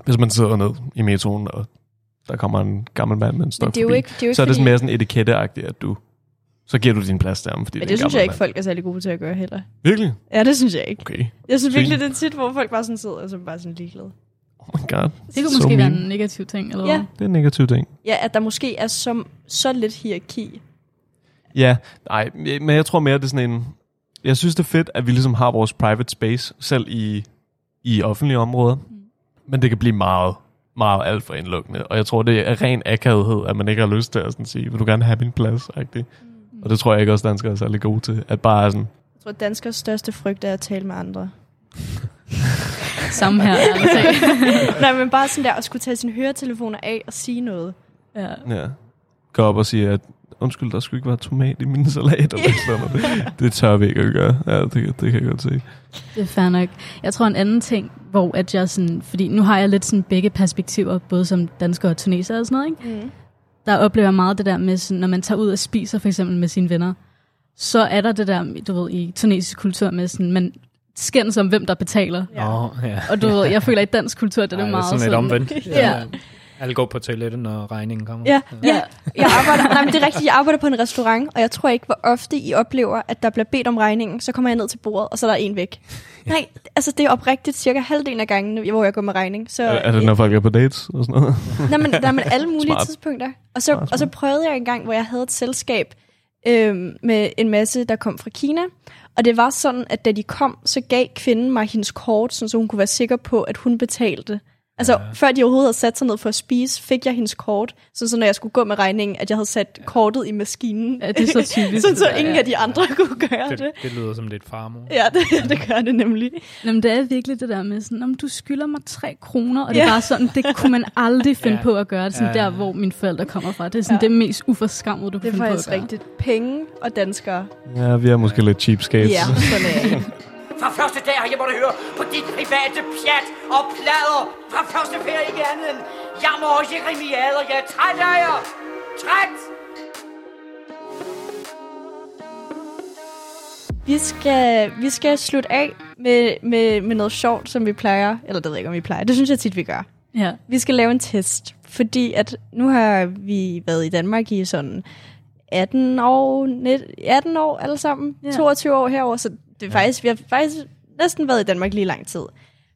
Speaker 12: hvis man sidder ned i metroen, og der kommer en gammel mand med en stok
Speaker 10: det er jo
Speaker 12: forbi,
Speaker 10: ikke- det er jo ikke
Speaker 12: så er det sådan
Speaker 10: fordi-
Speaker 12: mere sådan etiketteagtigt, at du så giver du din plads til ham, fordi det er en
Speaker 10: Men det synes
Speaker 12: gammel
Speaker 10: jeg ikke,
Speaker 12: mand.
Speaker 10: folk er særlig gode til at gøre heller.
Speaker 12: Virkelig?
Speaker 10: Ja, det synes jeg ikke.
Speaker 12: Okay.
Speaker 10: Jeg synes
Speaker 12: Svin.
Speaker 10: virkelig, det er tit, hvor folk bare sådan sidder og så bare sådan ligeglade.
Speaker 12: Oh my god.
Speaker 10: Det kunne
Speaker 12: So
Speaker 10: måske være
Speaker 12: mean.
Speaker 10: en negativ ting, eller
Speaker 12: Ja.
Speaker 10: hvad?
Speaker 12: Det er en negativ ting.
Speaker 10: Ja, at der måske er så, så lidt hierarki.
Speaker 12: Ja, nej, men jeg tror mere, det er sådan en... Jeg synes, det er fedt, at vi ligesom har vores private space, selv i, i offentlige
Speaker 10: Mm.
Speaker 12: områder. Men det kan blive meget, meget alt for indlukkende. Og jeg tror, det er ren akavighed, at man ikke har lyst til at sådan sige, vil du gerne have min plads? Mm. Og det tror jeg ikke også, danskere er særlig gode til. At bare sådan,
Speaker 10: Jeg tror, at danskers største frygt er at tale med andre.
Speaker 11: Samme her, ærligt talt.
Speaker 10: Nej, men bare sådan der, at skulle tage sine høretelefoner af og sige noget.
Speaker 11: Ja.
Speaker 12: ja, gå op og sige, at undskyld, der skulle ikke være tomat i min salat. Eller sådan noget. Det tør vi ikke at gøre. Ja, det, det kan jeg godt se.
Speaker 11: Det er fair nok. Jeg tror en anden ting, hvor at jeg sådan, fordi nu har jeg lidt sådan begge perspektiver, både som dansker og tuneser og sådan noget, ikke?
Speaker 10: Mm.
Speaker 11: der oplever jeg meget det der med, sådan, når man tager ud og spiser for eksempel med sine venner, så er der det der, du ved, i tunesisk kultur med sådan, man skændes om, hvem der betaler.
Speaker 13: Ja. Nå, ja.
Speaker 11: Og du ved, jeg føler i dansk kultur, det er
Speaker 13: Ej,
Speaker 11: det meget
Speaker 13: sådan lidt omvendt.
Speaker 11: ja.
Speaker 13: Alle går på toilettet, når regningen kommer.
Speaker 10: Ja, ja. Jeg arbejder, nej, men det er rigtigt, jeg arbejder på en restaurant, og jeg tror ikke, hvor ofte I oplever, at der bliver bedt om regningen, så kommer jeg ned til bordet, og så er der en væk. Nej, altså det er oprigtigt cirka halvdelen af gangene, hvor jeg går med regning. Så,
Speaker 12: Er, er det, når folk er på dates og sådan noget?
Speaker 10: Nej, men, nej, men alle mulige
Speaker 12: Smart.
Speaker 10: smart. tidspunkter. Og så, og så prøvede jeg en gang, hvor jeg havde et selskab øhm, med en masse, der kom fra Kina. Og det var sådan, at da de kom, så gav kvinden mig hendes kort, sådan, så hun kunne være sikker på, at hun betalte. Altså, ja. før de overhovedet havde sat sig ned for at spise, fik jeg hendes kort, sådan, så når jeg skulle gå med regningen, at jeg havde sat kortet i maskinen.
Speaker 11: Ja, det er så typisk,
Speaker 10: sådan, så
Speaker 11: det der,
Speaker 10: ingen
Speaker 11: ja.
Speaker 10: af de andre kunne gøre det.
Speaker 13: Det, det lyder som lidt farmor.
Speaker 10: Ja, det, det gør det nemlig.
Speaker 11: Jamen, det er virkelig det der med sådan, om du skylder mig tre kroner, og det er
Speaker 10: Ja.
Speaker 11: bare sådan, det kunne man aldrig finde
Speaker 10: Ja.
Speaker 11: på at gøre, sådan
Speaker 10: Ja.
Speaker 11: der, hvor mine forældre kommer fra. Det er sådan
Speaker 10: Ja.
Speaker 11: det mest uforskammede, du kan
Speaker 10: Det er
Speaker 11: finde på at
Speaker 10: faktisk
Speaker 11: gøre.
Speaker 10: rigtigt. Penge og danskere.
Speaker 12: Ja, vi er måske lidt cheapskates.
Speaker 10: Ja, sådan er jeg.
Speaker 14: Fra første dag har jeg måttet høre på dit private pjat og plader. Fra første ferie ikke andet end jammer og jeremiader. Jeg er træt af jer. Træt!
Speaker 10: Vi skal, vi skal slutte af med, med, med noget sjovt, som vi plejer. Eller det ved jeg ikke, om vi plejer. Det synes jeg tit, vi gør.
Speaker 11: Ja.
Speaker 10: Vi skal lave en test, fordi at nu har vi været i Danmark i sådan 18 år, net, 18 år alle sammen,
Speaker 11: Ja.
Speaker 10: ja. 22 år herover, så det er faktisk, vi har faktisk næsten været i Danmark lige lang tid.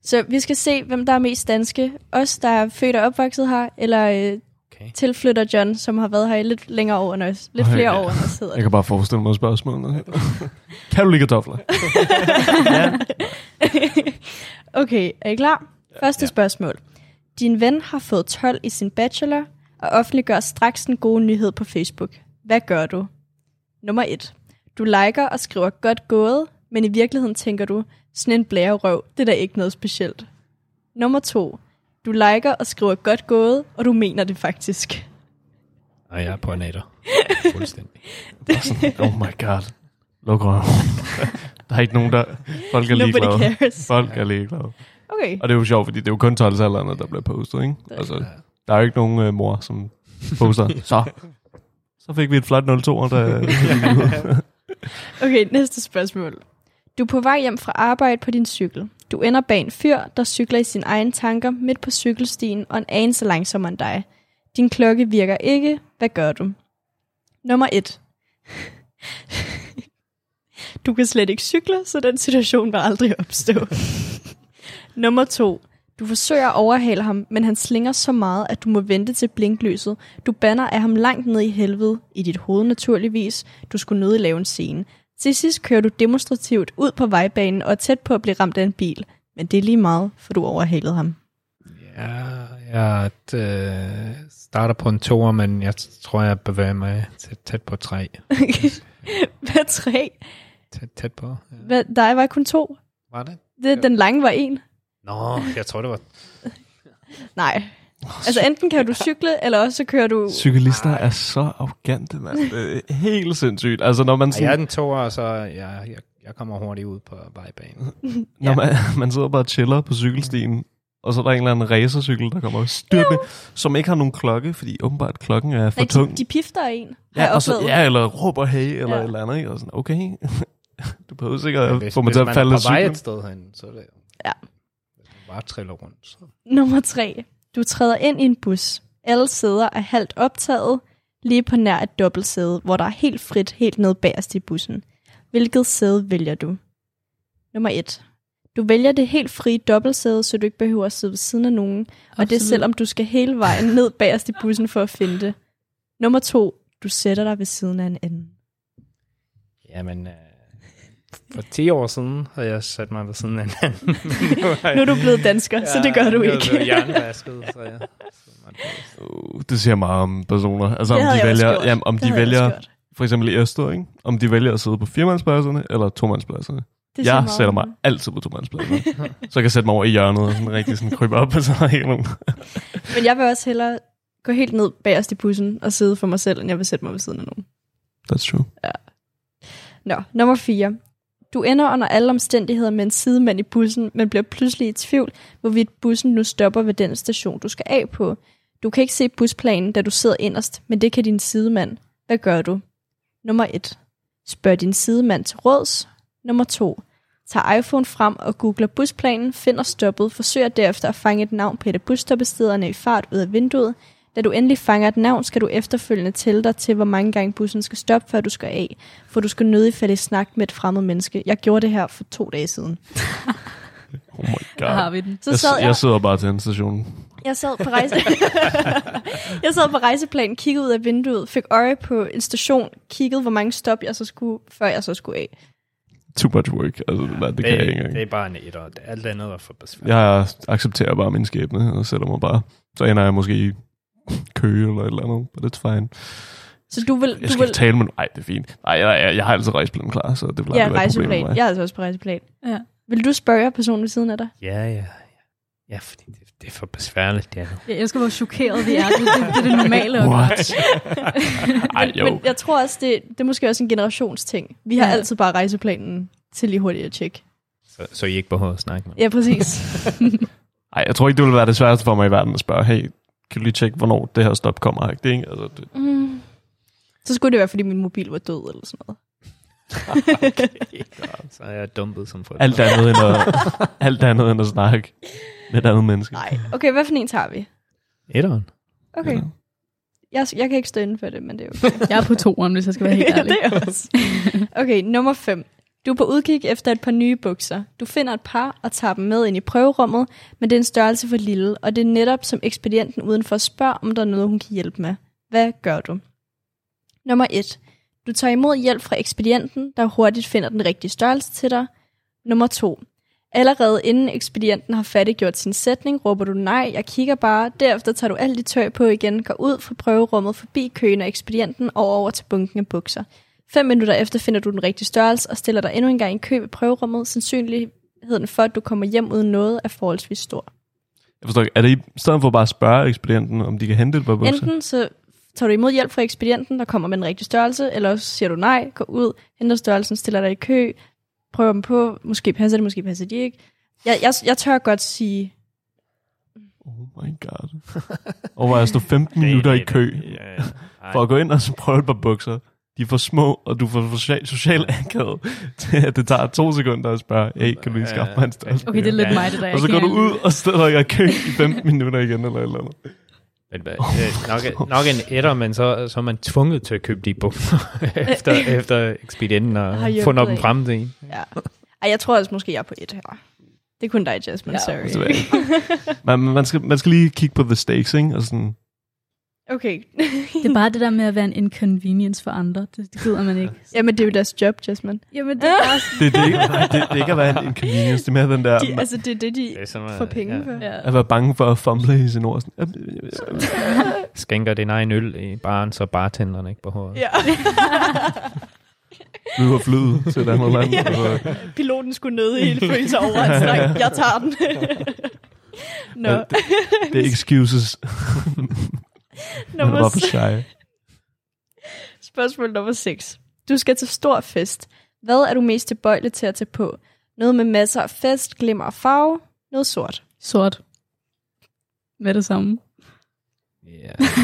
Speaker 10: Så vi skal se, hvem der er mest danske. Os, der er født og opvokset her, eller øh, okay. tilflytter John, som har været her i lidt længere år end os. Lidt
Speaker 12: Ej,
Speaker 10: flere
Speaker 12: ja.
Speaker 10: år end os hedder
Speaker 12: Jeg kan bare forestille mig spørgsmålet. kan du lide kartofler?
Speaker 10: okay, er I klar? Første ja. spørgsmål. Din ven har fået 12 i sin bachelor, og offentliggør straks den gode nyhed på Facebook. Hvad gør du? Nummer 1. Du liker og skriver godt gået, men i virkeligheden tænker du, sådan en blærerøv, det er da ikke noget specielt. Nummer 2. Du liker og skriver godt gået, og du mener det faktisk.
Speaker 13: Og jeg er på natter. Fuldstændig.
Speaker 12: Bare sådan, oh my god. Luk røven. der er ikke nogen, der... Folk er
Speaker 10: Nobody
Speaker 12: ligeglade.
Speaker 10: cares.
Speaker 12: Folk er ligeglade.
Speaker 10: Okay.
Speaker 12: Og det er jo sjovt, fordi det er jo kun 12 der bliver postet, ikke? Altså, der er jo ikke nogen øh, mor, som poster. Så. Så fik vi et flot 02'er, der...
Speaker 10: Okay, næste spørgsmål. Du er på vej hjem fra arbejde på din cykel. Du ender bag en fyr, der cykler i sine egne tanker midt på cykelstien og en anelse langsommere end dig. Din klokke virker ikke. Hvad gør du? Nummer 1. Du kan slet ikke cykle, så den situation vil aldrig opstå. Nummer 2. Du forsøger at overhale ham, men han slinger så meget, at du må vente til blinklyset. Du banner af ham langt ned i helvede, i dit hoved naturligvis. Du skulle nødig lave en scene. Til sidst kører du demonstrativt ud på vejbanen og er tæt på at blive ramt af en bil. Men det er lige meget, for du overhalede ham.
Speaker 13: Ja, jeg øh, starter på en toer, men jeg tror, jeg bevæger mig tæt, tæt på tre.
Speaker 10: Hvad tre?
Speaker 13: Tæt, tæt på. Ja.
Speaker 10: Hvad, der var kun to.
Speaker 13: Var det?
Speaker 10: det den lange var en.
Speaker 13: Nå, jeg tror, det var...
Speaker 10: Nej. Altså enten kan du cykle, eller også så kører du...
Speaker 12: Cyklister er så arrogante, mand. Det er helt sindssygt. Altså, når man
Speaker 13: Ej, jeg er
Speaker 12: sådan...
Speaker 13: den toer, så jeg, jeg, jeg kommer hurtigt ud på vejbanen.
Speaker 12: Når man, man sidder bare og chiller på cykelstien Og så er der en eller anden racercykel, der kommer styrtende, som ikke har nogen klokke, fordi åbenbart klokken er for
Speaker 10: Nej,
Speaker 12: tung.
Speaker 10: de, de pifter en. har
Speaker 12: Ja,
Speaker 10: jeg
Speaker 12: og så,
Speaker 10: oplevet.
Speaker 12: ja, eller råber hey, eller ja.
Speaker 10: Ja.
Speaker 12: et eller andet, ikke? Og sådan, okay, du behøver
Speaker 13: Men
Speaker 12: sikkert at
Speaker 13: hvis-
Speaker 12: få mig til
Speaker 13: hvis
Speaker 12: at
Speaker 13: man
Speaker 12: falde
Speaker 13: er
Speaker 12: af
Speaker 13: på vej
Speaker 12: cyklen.
Speaker 13: et sted hen, så er det
Speaker 10: ja.
Speaker 13: bare triller rundt. Så.
Speaker 10: Nummer tre. Du træder ind i en bus. Alle sæder er halvt optaget, lige på nær et dobbeltsæde, hvor der er helt frit helt ned bagerst i bussen. Hvilket sæde vælger du? Nummer 1. Du vælger det helt frie dobbeltsæde, så du ikke behøver at sidde ved siden af nogen, og det
Speaker 11: Absolut.
Speaker 10: selvom du skal hele vejen ned bagerst i bussen for at finde det. Nummer 2. Du sætter dig ved siden af en anden.
Speaker 13: Jamen, øh, for 10 år siden havde jeg sat mig ved siden af en anden. nu, jeg-
Speaker 10: Nu er du blevet dansker, så det gør du
Speaker 13: nu er jeg
Speaker 10: ikke.
Speaker 13: blevet hjernevasket, så jeg...
Speaker 12: Uh, det siger meget om personer. Altså, om
Speaker 10: Det havde
Speaker 12: de
Speaker 10: jeg også
Speaker 12: vælger,
Speaker 10: gjort.
Speaker 12: jamen, om
Speaker 10: Det
Speaker 12: de
Speaker 10: havde jeg også
Speaker 12: vælger for eksempel i Ørsted, ikke? om de vælger at sidde på firmandspladserne eller tomandspladserne.
Speaker 10: Det siger
Speaker 12: Jeg
Speaker 10: meget
Speaker 12: sætter
Speaker 10: om
Speaker 12: mig altid på tomandspladserne. så jeg kan sætte mig over i hjørnet og sådan rigtig sådan krybe op, og så er der ikke nogen.
Speaker 10: Men jeg vil også hellere gå helt ned bagerst i bussen og sidde for mig selv, end jeg vil sætte mig ved siden af nogen.
Speaker 12: That's true.
Speaker 10: Nå, nummer 4. Du ender under alle omstændigheder med en sidemand i bussen, men bliver pludselig i tvivl, hvorvidt bussen nu stopper ved den station, du skal af på. Du kan ikke se busplanen, da du sidder inderst, men det kan din sidemand. Hvad gør du? Nummer 1. Spørg din sidemand til råds. Nummer 2. Tag iPhone frem og googler busplanen, finder stoppet, forsøger derefter at fange et navn på et af busstoppestederne i fart ud af vinduet. Da du endelig fanger et navn, skal du efterfølgende tælle dig til, hvor mange gange bussen skal stoppe, før du skal af. For du skal nødig falde i snak med et fremmed menneske. Jeg gjorde det her for to dage siden.
Speaker 12: Oh my god.
Speaker 10: Der har vi den. Så
Speaker 12: Så jeg,
Speaker 10: sad
Speaker 12: jeg,
Speaker 10: jeg-
Speaker 12: jeg sidder bare til en station.
Speaker 10: Jeg sad på rejse... jeg sad på rejseplanen, kiggede ud af vinduet, fik øje på en station, kiggede, hvor mange stop jeg så skulle, før jeg så skulle af.
Speaker 12: Too much work. Altså, det, der, det kan jeg ikke engang.
Speaker 13: det er bare en etter. Alt andet var for besværligt.
Speaker 12: Jeg accepterer bare min skæbne og sætter mig bare. Så ender jeg måske i kø eller et eller andet, but it's fine.
Speaker 10: Så du vil...
Speaker 12: Jeg
Speaker 10: du
Speaker 12: skal
Speaker 10: vil...
Speaker 12: ikke tale med nogen. Ej, det er fint. Nej, jeg, jeg, jeg har altid rejseplanen klar, så det bliver
Speaker 10: Ja,
Speaker 12: aldrig være et problem med
Speaker 10: rejseplan.
Speaker 12: mig.
Speaker 10: Jeg er altså også på rejseplan.
Speaker 11: Ja.
Speaker 10: Vil du spørge personen ved siden af dig?
Speaker 13: Ja, ja, ja. Ja, fordi det, det er for besværligt, det er
Speaker 11: Jeg elsker, hvor chokeret vi er. Det, det, det er det normale. at gøre.
Speaker 13: What?
Speaker 12: Ej, jo.
Speaker 10: Men jeg tror også, det, det er måske også en generationsting. Vi har ja. altid bare rejseplanen til lige hurtigt at tjekke.
Speaker 13: Så, så I ikke behøver at snakke med
Speaker 10: Ja, præcis.
Speaker 12: Ej, jeg tror ikke, det ville være det sværeste for mig i verden at spørge, hey, kan du lige tjekke, hvornår det her stop kommer? Ikke? Det, er ikke, altså, det,
Speaker 10: mm. Så skulle det være, fordi min mobil var død eller sådan noget.
Speaker 13: mig. Så er jeg dumpet som folk.
Speaker 12: alt, andet end at, alt andet end at snakke med et andet menneske.
Speaker 10: Nej. Okay, hvad for en tager vi?
Speaker 13: Etteren.
Speaker 10: Okay. Jeg, jeg kan ikke stå inden for det, men det er okay.
Speaker 11: Jeg er på toeren, hvis jeg skal være helt ærlig.
Speaker 10: ja, det er jeg også. Okay, nummer 5. Du er på udkig efter et par nye bukser. Du finder et par og tager dem med ind i prøverummet, men det er en størrelse for lille, og det er netop som ekspedienten udenfor spørger, om der er noget, hun kan hjælpe med. Hvad gør du? Nummer 1. Du tager imod hjælp fra ekspedienten, der hurtigt finder den rigtige størrelse til dig. Nummer 2. Allerede inden ekspedienten har fattiggjort sin sætning, råber du nej, jeg kigger bare. Derefter tager du alt dit tøj på igen, går ud fra prøverummet forbi køen af ekspedienten og over til bunken af bukser. Fem minutter efter finder du den rigtige størrelse og stiller dig endnu en gang i kø ved prøverummet. Sandsynligheden for, at du kommer hjem uden noget, er forholdsvis stor.
Speaker 12: Jeg forstår ikke, er det i stedet for bare at spørge ekspedienten, om de kan hente et par bukser?
Speaker 10: Enten så tager du imod hjælp fra ekspedienten, der kommer med den rigtige størrelse, eller også siger du nej, går ud, henter størrelsen, stiller dig i kø, prøver dem på, måske passer det, måske passer de ikke. Jeg, jeg, jeg tør godt sige,
Speaker 12: Oh my god. Overvej at stå 15 minutter i kø, for at gå ind og så prøve et par bukser. De er for små, og du får social, social anklaget til, at det tager to sekunder at spørge, hey, kan du lige skaffe mig en størrelse?
Speaker 11: Okay, det er lidt mig, det der,
Speaker 12: Og så
Speaker 11: jeg
Speaker 12: går
Speaker 11: kan-
Speaker 12: du ud og stiller dig i kø i 15 minutter igen, eller et eller andet.
Speaker 13: Men, øh, nok, nok en etter, men så, så er man tvunget til at købe de bukser efter, efter ekspedienten og
Speaker 10: Har hjulpet
Speaker 13: fundet dem
Speaker 10: en.
Speaker 13: frem til en.
Speaker 10: ja. Ej, jeg tror også måske, jeg er på et her. Det er kun dig, Jasmine, sorry.
Speaker 12: Det ved jeg ikke. Man, man, skal, man skal lige kigge på the stakes, ikke? Og sådan,
Speaker 10: okay.
Speaker 11: det er bare det der med at være en inconvenience for andre. Det, det gider man ikke.
Speaker 10: Jamen, det er jo deres job, Jasmine.
Speaker 11: Jamen, det er bare...
Speaker 12: det, det, er ikke, det, det er ikke at være en inconvenience, det er mere den der... Altså,
Speaker 10: De, altså, det er det, de det
Speaker 13: er som,
Speaker 10: får penge ja. for.
Speaker 12: at være bange for at fumble i sin ord. Sådan, "Jamen, øh, øh, øh."
Speaker 13: Skænker din egen øl i baren, så bartenderen ikke behøver.
Speaker 10: Ja.
Speaker 12: flyver flyet til et andet land.
Speaker 10: Ja.
Speaker 12: Altså,
Speaker 10: Piloten skulle nøde hele følelsen over, altså, nej, jeg tager den. Nå.
Speaker 12: Ja, det- det er excuses.
Speaker 10: Nummer
Speaker 12: Nummer
Speaker 10: seks.
Speaker 12: shy.
Speaker 10: Spørgsmål nummer 6. Du skal til stor fest. Hvad er du mest tilbøjelig til at tage på? Noget med masser af fest, glimmer og farve? Noget sort?
Speaker 11: Sort. med det samme.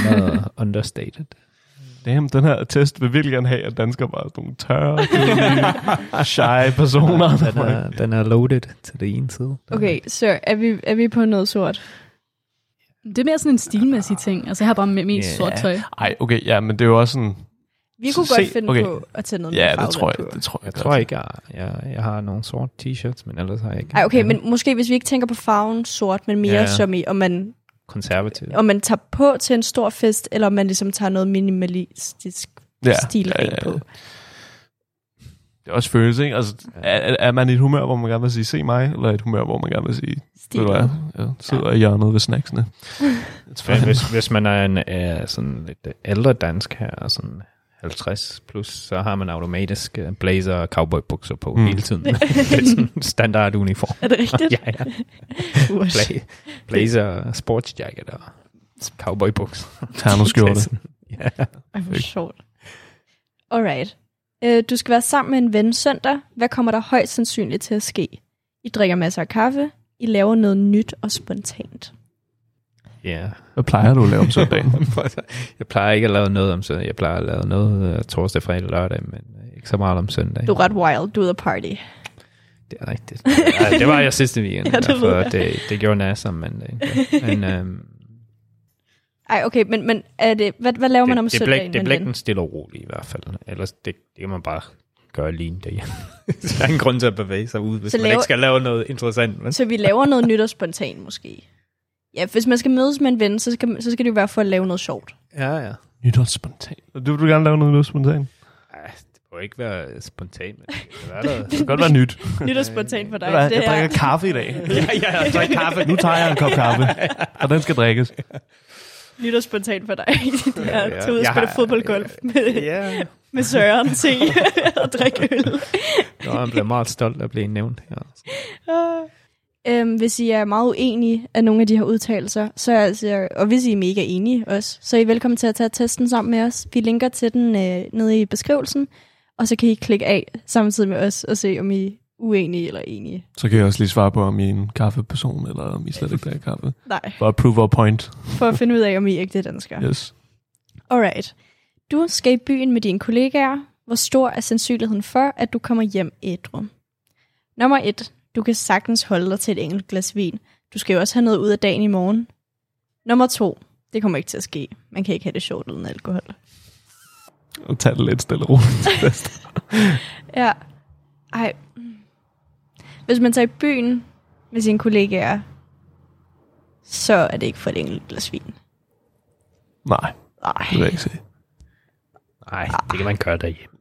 Speaker 13: Meget understated.
Speaker 12: Damn, den her test vil virkelig gerne have, at danskere bare er sådan nogle tørre, kedelige, shy personer.
Speaker 13: Den er, den er loaded til det ene side.
Speaker 10: Okay, så er vi, er vi på noget sort?
Speaker 11: Det er mere sådan en stilmæssig ting. Altså, jeg har bare mest yeah.
Speaker 12: Ja.
Speaker 11: sort tøj.
Speaker 12: Ej, okay, ja, men det er jo også sådan...
Speaker 10: Vi kunne godt finde på at tage noget med
Speaker 12: Ja,
Speaker 10: farve
Speaker 12: det tror jeg,
Speaker 10: på.
Speaker 12: det tror jeg.
Speaker 13: Jeg tror ikke, jeg, jeg, jeg har nogle sorte t-shirts, men ellers har jeg ikke.
Speaker 10: Ej, okay, men måske hvis vi ikke tænker på farven sort, men mere
Speaker 13: Ja.
Speaker 10: ja. som i, om man,
Speaker 13: Konservativt.
Speaker 10: om man tager på til en stor fest, eller om man ligesom tager noget minimalistisk ja. stil ja, ja, ja. på.
Speaker 12: Det er også følelse, ikke? Altså, er, er man i et humør, hvor man gerne vil sige, se mig, eller et humør, hvor man gerne vil sige,
Speaker 10: Stil.
Speaker 12: ved du hvad, jeg sidder ja. i hjørnet ved snacksene. It's
Speaker 13: Men
Speaker 12: fine.
Speaker 13: hvis, hvis man er en er sådan lidt ældre dansk her, sådan 50 plus, så har man automatisk øh, blazer og cowboybukser på
Speaker 12: Mm.
Speaker 13: mm. hele tiden. det er sådan en standard uniform.
Speaker 10: Er det rigtigt?
Speaker 13: ja, ja.
Speaker 10: Usch.
Speaker 13: Bla, blazer, og sportsjacket og cowboybukser.
Speaker 12: Ternoskjorte.
Speaker 13: Det er sådan- ja.
Speaker 10: Ej, hvor sjovt. Alright. Øh, du skal være sammen med en ven søndag. Hvad kommer der højst sandsynligt til at ske? I drikker masser af kaffe. I laver noget nyt og spontant.
Speaker 13: Ja.
Speaker 12: Hvad plejer du at lave om søndagen?
Speaker 13: jeg plejer ikke at lave noget om søndag. Jeg plejer at lave noget øh, torsdag, fredag, lørdag, men øh, ikke så meget om søndag.
Speaker 10: Du er ret wild. Du er ude at party.
Speaker 13: Det er rigtigt. Ja, det var jeg sidste weekend,
Speaker 10: Ja,
Speaker 13: ja,
Speaker 10: det
Speaker 13: det,
Speaker 10: ved
Speaker 13: derfor
Speaker 10: jeg.
Speaker 13: det, det gjorde Nasser om mandagen. Men, øhm,
Speaker 10: Ej, okay, men, men er det, hvad, hvad laver man om
Speaker 13: det, det,
Speaker 10: søndagen?
Speaker 13: blæk, det
Speaker 10: med
Speaker 13: blæk
Speaker 10: en ven?
Speaker 13: den stille og rolig i hvert fald. Ellers det, det kan man bare gøre alene derhjemme. der er en grund til at bevæge sig ud, hvis
Speaker 10: Så
Speaker 13: man
Speaker 10: lave-
Speaker 13: ikke skal lave noget interessant. Men,
Speaker 10: Så vi laver noget nyt og spontant måske. Ja, hvis man skal mødes med en ven, så skal, så skal det jo være for at lave noget sjovt.
Speaker 13: ja, ja. Det
Speaker 12: Nytårsspontan. Du vil du gerne lave noget nytårsspontan?
Speaker 13: må ikke være spontant, men det kan være der.
Speaker 12: Det kan godt være nyt.
Speaker 10: Nyt og spontant for dig.
Speaker 12: Ved du hvad,
Speaker 10: det
Speaker 12: jeg
Speaker 10: her.
Speaker 12: drikker kaffe i dag.
Speaker 13: Ja, ja, jeg drikker kaffe.
Speaker 12: Nu tager jeg en kop kaffe, og den skal drikkes.
Speaker 10: Nyt og spontant for dig. Det er at
Speaker 12: Ja,
Speaker 10: tage ud og
Speaker 12: jeg
Speaker 10: spille
Speaker 12: har-
Speaker 10: fodboldgolf med,
Speaker 13: ja.
Speaker 10: med Søren T. og drikke øl.
Speaker 13: Nå, han blev meget stolt af at blive nævnt her.
Speaker 10: Øhm, hvis I er meget uenige af nogle af de her udtalelser, så er altså, og hvis I er mega enige også, så er I velkommen til at tage testen sammen med os. Vi linker til den øh, nede i beskrivelsen, og så kan I klikke af samtidig med os og se, om I er uenige eller enige.
Speaker 12: Så kan jeg også lige svare på, om I er en kaffeperson, eller om I slet ikke drikker kaffe.
Speaker 10: Nej.
Speaker 12: For at prove our point.
Speaker 10: For at finde ud af, om I er ægte danskere.
Speaker 12: Yes.
Speaker 10: Alright. Du skal i byen med dine kollegaer. Hvor stor er sandsynligheden for, at du kommer hjem ædru? Nummer 1. Du kan sagtens holde dig til et enkelt glas vin. Du skal jo også have noget ud af dagen i morgen. Nummer 2. Det kommer ikke til at ske. Man kan ikke have det sjovt uden alkohol.
Speaker 12: Og tage det lidt stille og roligt til fest.
Speaker 10: Ja. Ej. Hvis man tager i byen med sine kollegaer, så er det ikke for et enkelt glas vin.
Speaker 12: Nej.
Speaker 10: Nej.
Speaker 12: Det vil jeg ikke sige.
Speaker 13: Nej, det kan man gøre derhjemme.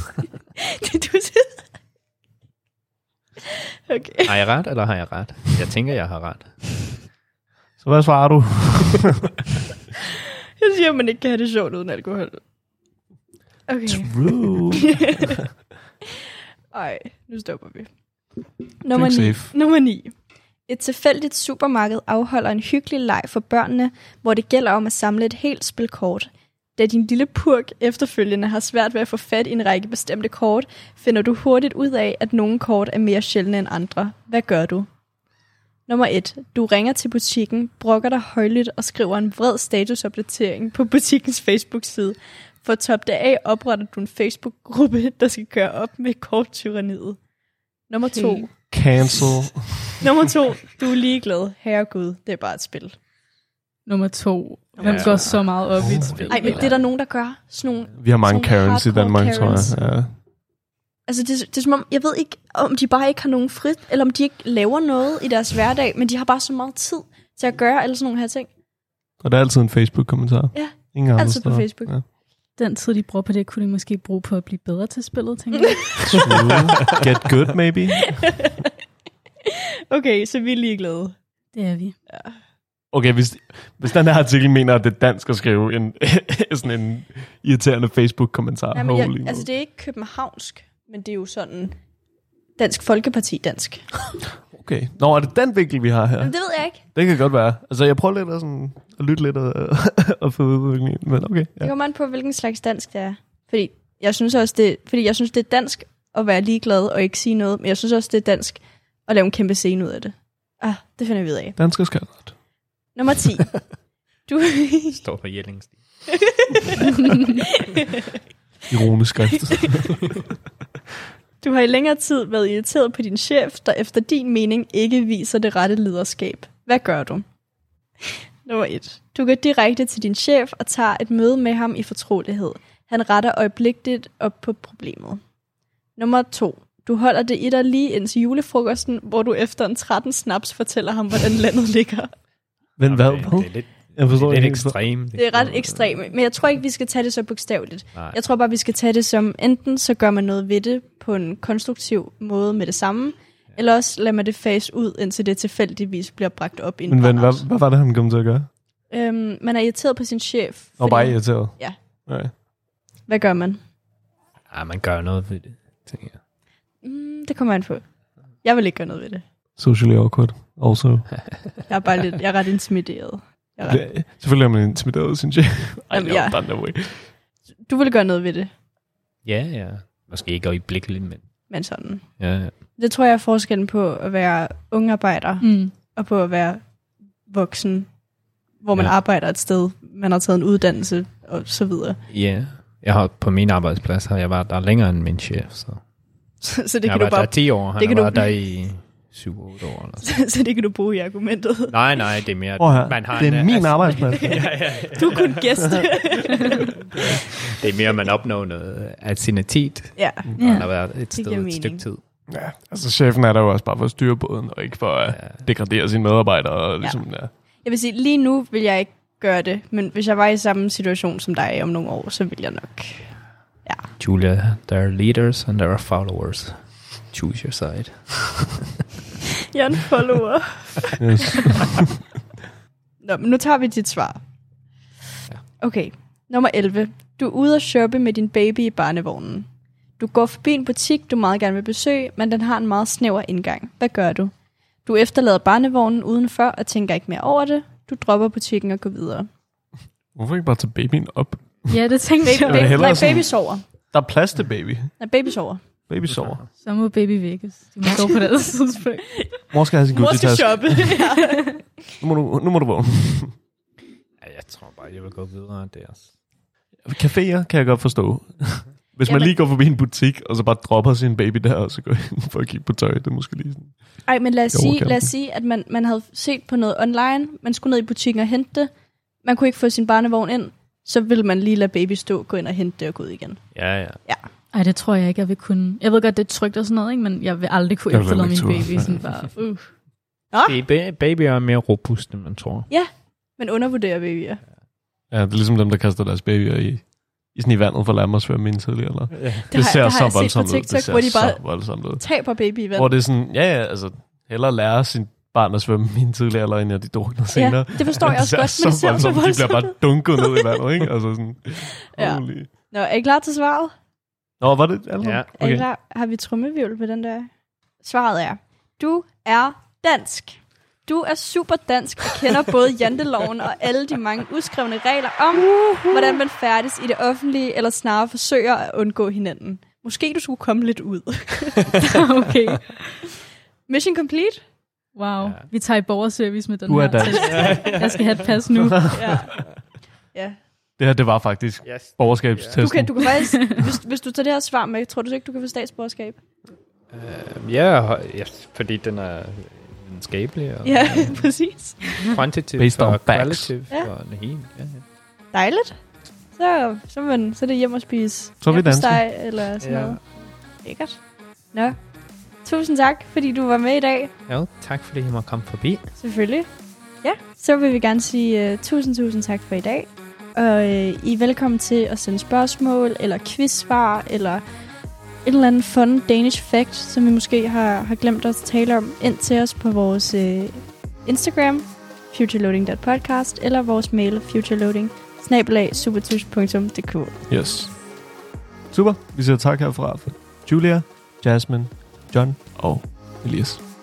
Speaker 10: det du siger. Okay.
Speaker 13: Har jeg ret, eller har jeg ret? Jeg tænker, jeg har ret.
Speaker 12: Så hvad svarer du?
Speaker 10: Jeg siger, at man ikke kan have det sjovt uden alkohol. Okay.
Speaker 12: True.
Speaker 10: Ej, nu stopper vi.
Speaker 12: Drink
Speaker 10: 9.
Speaker 12: safe.
Speaker 10: Nummer 9. Et tilfældigt supermarked afholder en hyggelig leg for børnene, hvor det gælder om at samle et helt spil kort. Da din lille purk efterfølgende har svært ved at få fat i en række bestemte kort, finder du hurtigt ud af, at nogle kort er mere sjældne end andre. Hvad gør du? Nummer 1. Du ringer til butikken, brokker dig højlydt og skriver en vred statusopdatering på butikkens Facebook-side. For at toppe det af, opretter du en Facebook-gruppe, der skal gøre op med korttyranniet. Nummer 2.
Speaker 12: Okay. Cancel.
Speaker 10: Nummer 2. Du er ligeglad. Herregud, det er bare et spil.
Speaker 11: Nummer to. Man
Speaker 12: Ja.
Speaker 11: går så meget op i et spil.
Speaker 10: Nej, men det er der nogen, der gør. Sådan nogle,
Speaker 12: Vi har mange
Speaker 10: sådan nogle
Speaker 12: Karens i
Speaker 10: hardcore
Speaker 12: Danmark, tror
Speaker 10: Karens.
Speaker 12: jeg. Ja.
Speaker 10: Altså, det, er- det er som om, jeg ved ikke, om de bare ikke har nogen frit, eller om de ikke laver noget i deres hverdag, men de har bare så meget tid til at gøre alle sådan nogle her ting.
Speaker 12: Og der er altid en Facebook-kommentar.
Speaker 10: Ja,
Speaker 12: Ingen andre
Speaker 10: altid på
Speaker 12: steder.
Speaker 10: Facebook.
Speaker 12: Ja.
Speaker 11: Den tid, de bruger på det, kunne de måske bruge på at blive bedre til spillet, tænker jeg.
Speaker 12: True. Get good, maybe.
Speaker 10: Okay, så vi er ligeglade.
Speaker 11: Det er vi.
Speaker 12: Okay, hvis, hvis den her artikel mener, at det er dansk at skrive en, sådan en irriterende Facebook-kommentar.
Speaker 10: Ja, men jeg,
Speaker 12: Holy
Speaker 10: altså, det er ikke københavnsk, men det er jo sådan Dansk Folkeparti-dansk.
Speaker 12: Okay. Nå, er det den vinkel, vi har her?
Speaker 10: Jamen, det ved jeg ikke.
Speaker 12: Det kan godt være. Altså, jeg prøver lidt at, sådan, at lytte lidt og, og få udviklingen, men okay.
Speaker 10: Det kommer an på, hvilken slags dansk det er. Fordi jeg synes også, det, fordi jeg synes, det er dansk at være ligeglad og ikke sige noget, men jeg synes også, det er dansk at lave en kæmpe scene ud af det. Ah, det finder vi ud af.
Speaker 12: Dansker skal godt.
Speaker 10: Nummer 10. Du...
Speaker 13: Står på Jellings.
Speaker 12: Ironisk skrift.
Speaker 10: du har i længere tid været irriteret på din chef, der efter din mening ikke viser det rette lederskab. Hvad gør du? Nummer 1. Du går direkte til din chef og tager et møde med ham i fortrolighed. Han retter øjeblikkeligt op på problemet. Nummer 2. Du holder det i dig lige indtil julefrokosten, hvor du efter en 13 snaps fortæller ham, hvordan landet ligger.
Speaker 12: Men hvad? Det er lidt, jeg forstår
Speaker 13: det er lidt
Speaker 12: ikke.
Speaker 13: ekstremt.
Speaker 10: Det er ret ekstremt, men jeg tror ikke, vi skal tage det så bogstaveligt.
Speaker 13: Nej.
Speaker 10: Jeg tror bare, vi skal tage det som, enten så gør man noget ved det på en konstruktiv måde med det samme, eller også lader man det fase ud, indtil det tilfældigvis bliver bragt op i en
Speaker 12: Men hvad,
Speaker 10: brandert.
Speaker 12: hvad, hvad var det, han kom til at gøre?
Speaker 10: Øhm, man er irriteret på sin chef.
Speaker 12: Og bare irriteret?
Speaker 10: Ja.
Speaker 12: Nej.
Speaker 10: Hvad gør man?
Speaker 13: Ja, Ah, man gør noget ved det, tænker jeg.
Speaker 10: Mm, det kommer an på. Jeg vil ikke gøre noget ved det.
Speaker 12: Socially awkward also.
Speaker 10: Jeg er bare lidt, jeg er ret intimideret. Jeg er ret...
Speaker 12: Det, selvfølgelig er man intimideret, synes jeg. Ej,
Speaker 10: Jamen,
Speaker 12: no,
Speaker 10: ja.
Speaker 12: der er no way.
Speaker 10: Du vil gøre noget ved det,
Speaker 13: Ja, ja. Måske ikke øjeblikkeligt, men...
Speaker 10: men sådan.
Speaker 13: Ja, ja.
Speaker 10: Det tror jeg er forskellen på at være ung arbejder
Speaker 11: Mm.
Speaker 10: og på at være voksen, hvor man
Speaker 13: Ja.
Speaker 10: ja. arbejder et sted, man har taget en uddannelse og så videre.
Speaker 13: ja. Jeg har, på min arbejdsplads har jeg været der længere end min chef, så...
Speaker 10: Så, så det
Speaker 13: jeg
Speaker 10: kan
Speaker 13: har
Speaker 10: du
Speaker 13: været
Speaker 10: bare...
Speaker 13: der 10 år, han
Speaker 10: det
Speaker 13: har
Speaker 10: kan
Speaker 13: været
Speaker 10: du...
Speaker 13: der i 7-8 år. Eller sådan.
Speaker 10: så det kan du bruge i argumentet.
Speaker 13: Nej, nej, det er mere...
Speaker 12: Prøv at høre, det er
Speaker 13: øh,
Speaker 12: min arbejdsplads.
Speaker 13: ja, ja, ja.
Speaker 10: Du er kun gæst.
Speaker 13: Det er mere, at man opnår noget af sin tid,
Speaker 10: Ja.
Speaker 13: når man har været et
Speaker 10: Det
Speaker 13: sted
Speaker 10: giver
Speaker 13: et
Speaker 10: mening.
Speaker 13: stykke tid.
Speaker 12: Ja, altså chefen er der jo også bare for at styre båden, og ikke for at degradere sine medarbejdere. Og ligesom, ja.
Speaker 10: Jeg vil sige, lige nu vil jeg ikke gøre det, men hvis jeg var i samme situation som dig om nogle år, så ville jeg nok.
Speaker 13: Julia, there are leaders and there are followers. Choose your side.
Speaker 10: Jeg er en follower.
Speaker 12: Yes.
Speaker 10: Nå, men nu tager vi dit svar. Okay, nummer 11. Du er ude at shoppe med din baby i barnevognen. Du går forbi en butik, du meget gerne vil besøge, men den har en meget snæver indgang. Hvad gør du? Du efterlader barnevognen udenfor og tænker ikke mere over det. Du dropper butikken og går videre.
Speaker 12: Hvorfor ikke bare tage babyen op?
Speaker 11: Ja, det tænkte
Speaker 10: Baby,
Speaker 11: jeg.
Speaker 12: vil
Speaker 10: baby,
Speaker 12: hellere
Speaker 10: nej,
Speaker 12: sådan-
Speaker 10: baby sover.
Speaker 12: Der er plads til baby.
Speaker 10: Nej, baby sover.
Speaker 12: Baby sover.
Speaker 11: Så må baby vækkes. De må stå på det andet tidspunkt.
Speaker 12: Mor skal have sin
Speaker 11: Mor
Speaker 12: Gucci-taske.
Speaker 11: skal shoppe.
Speaker 12: nu, må du, nu må du vågne.
Speaker 13: Ja, jeg tror bare, jeg vil gå videre der.
Speaker 12: Caféer kan jeg godt forstå. Hvis man
Speaker 10: Jamen-
Speaker 12: lige går forbi en butik, og så bare dropper sin baby der, og så går ind for at kigge på tøj, det er måske lige sådan.
Speaker 10: Ej, men lad os,
Speaker 12: Det er
Speaker 10: sige,
Speaker 12: overkill.
Speaker 10: lad os sige, at man, man havde set på noget online, man skulle ned i butikken og hente det, man kunne ikke få sin barnevogn ind, så ville man lige lade baby stå, gå ind og hente det og gå ud igen.
Speaker 13: Ja, ja.
Speaker 11: Ej, det tror jeg ikke, jeg vil kunne. Jeg ved godt, det er trygt og sådan noget, ikke? men jeg vil aldrig kunne
Speaker 12: Jeg vil
Speaker 11: efterlade min
Speaker 12: heller ikke
Speaker 11: baby.
Speaker 12: turde.
Speaker 11: Sådan bare, uh.
Speaker 13: Det er ba- babyer er mere robuste, end man tror.
Speaker 10: Ja, men undervurderer babyer.
Speaker 12: Ja, det er ligesom dem, der kaster deres babyer i, i, sådan i vandet for at lade mig svømme ind tidligere. Eller?
Speaker 13: Ja. Det har-
Speaker 10: det
Speaker 12: det ser
Speaker 10: har
Speaker 12: så
Speaker 10: jeg set på
Speaker 12: voldsomt ud.
Speaker 10: TikTok,
Speaker 12: Det ser
Speaker 10: hvor de bare
Speaker 12: så voldsomt ud.
Speaker 10: Taber baby i vand.
Speaker 12: Hvor det er sådan, ja, ja, altså, hellere lære sin barn at svømme i en tidlig alder, end at de drukner senere.
Speaker 10: det forstår jeg også
Speaker 12: ser
Speaker 10: godt, men det ser så
Speaker 12: voldsomt ud. De bliver bare
Speaker 10: voldsomt
Speaker 12: dunket ned i vandet, ikke? Altså sådan,
Speaker 10: Ja.
Speaker 12: holy.
Speaker 10: Nå, er I klar til svaret?
Speaker 12: Nå, var det allerede?
Speaker 13: Ja.
Speaker 10: Er I klar? Har vi trummevivl på den der? Svaret er, du er dansk. Du er super dansk og kender både janteloven og alle de mange uskrevne regler om, hvordan man færdes i det offentlige, eller snarere forsøger at undgå hinanden. Måske du skulle komme lidt ud.
Speaker 11: okay.
Speaker 10: Mission complete?
Speaker 11: Wow. Ja. Vi tager i borgerservice med den
Speaker 12: Du er
Speaker 11: her
Speaker 12: dansk.
Speaker 11: test. Jeg skal have et pas nu.
Speaker 10: Ja. ja.
Speaker 12: Det her, det var faktisk
Speaker 13: yes.
Speaker 12: borgerskabstesten.
Speaker 10: Du, kan, du kan faktisk, hvis, hvis du tager det her svar med, tror du så ikke, du kan få statsborgerskab?
Speaker 13: Uh, ja, yes, fordi den er videnskabelig og
Speaker 10: Ja, præcis.
Speaker 13: quantitative
Speaker 12: Based on
Speaker 13: og
Speaker 12: facts.
Speaker 13: qualitative.
Speaker 10: Ja.
Speaker 13: Ja. Og det hele. Ja, ja.
Speaker 10: Dejligt. Så, så, er man, så er det hjem og spise
Speaker 12: Så er vi danske.
Speaker 10: hjemmesteg eller sådan
Speaker 13: Ja.
Speaker 10: noget. Lækkert. Nå. Tusind tak, fordi du var med i dag.
Speaker 13: Jo, tak fordi I måtte komme forbi.
Speaker 10: Selvfølgelig. Ja, så vil vi gerne sige uh, tusind, tusind tak for i dag. Og uh, I er velkommen til at sende spørgsmål, eller quizsvar, eller et eller andet fun Danish fact, som vi måske har, har glemt at tale om, ind til os på vores uh, Instagram, futureloading.podcast, eller vores mail, futureloading supertush.dk.
Speaker 12: Yes. Super. Vi siger tak herfra for Julia, Jasmine, John og Elias.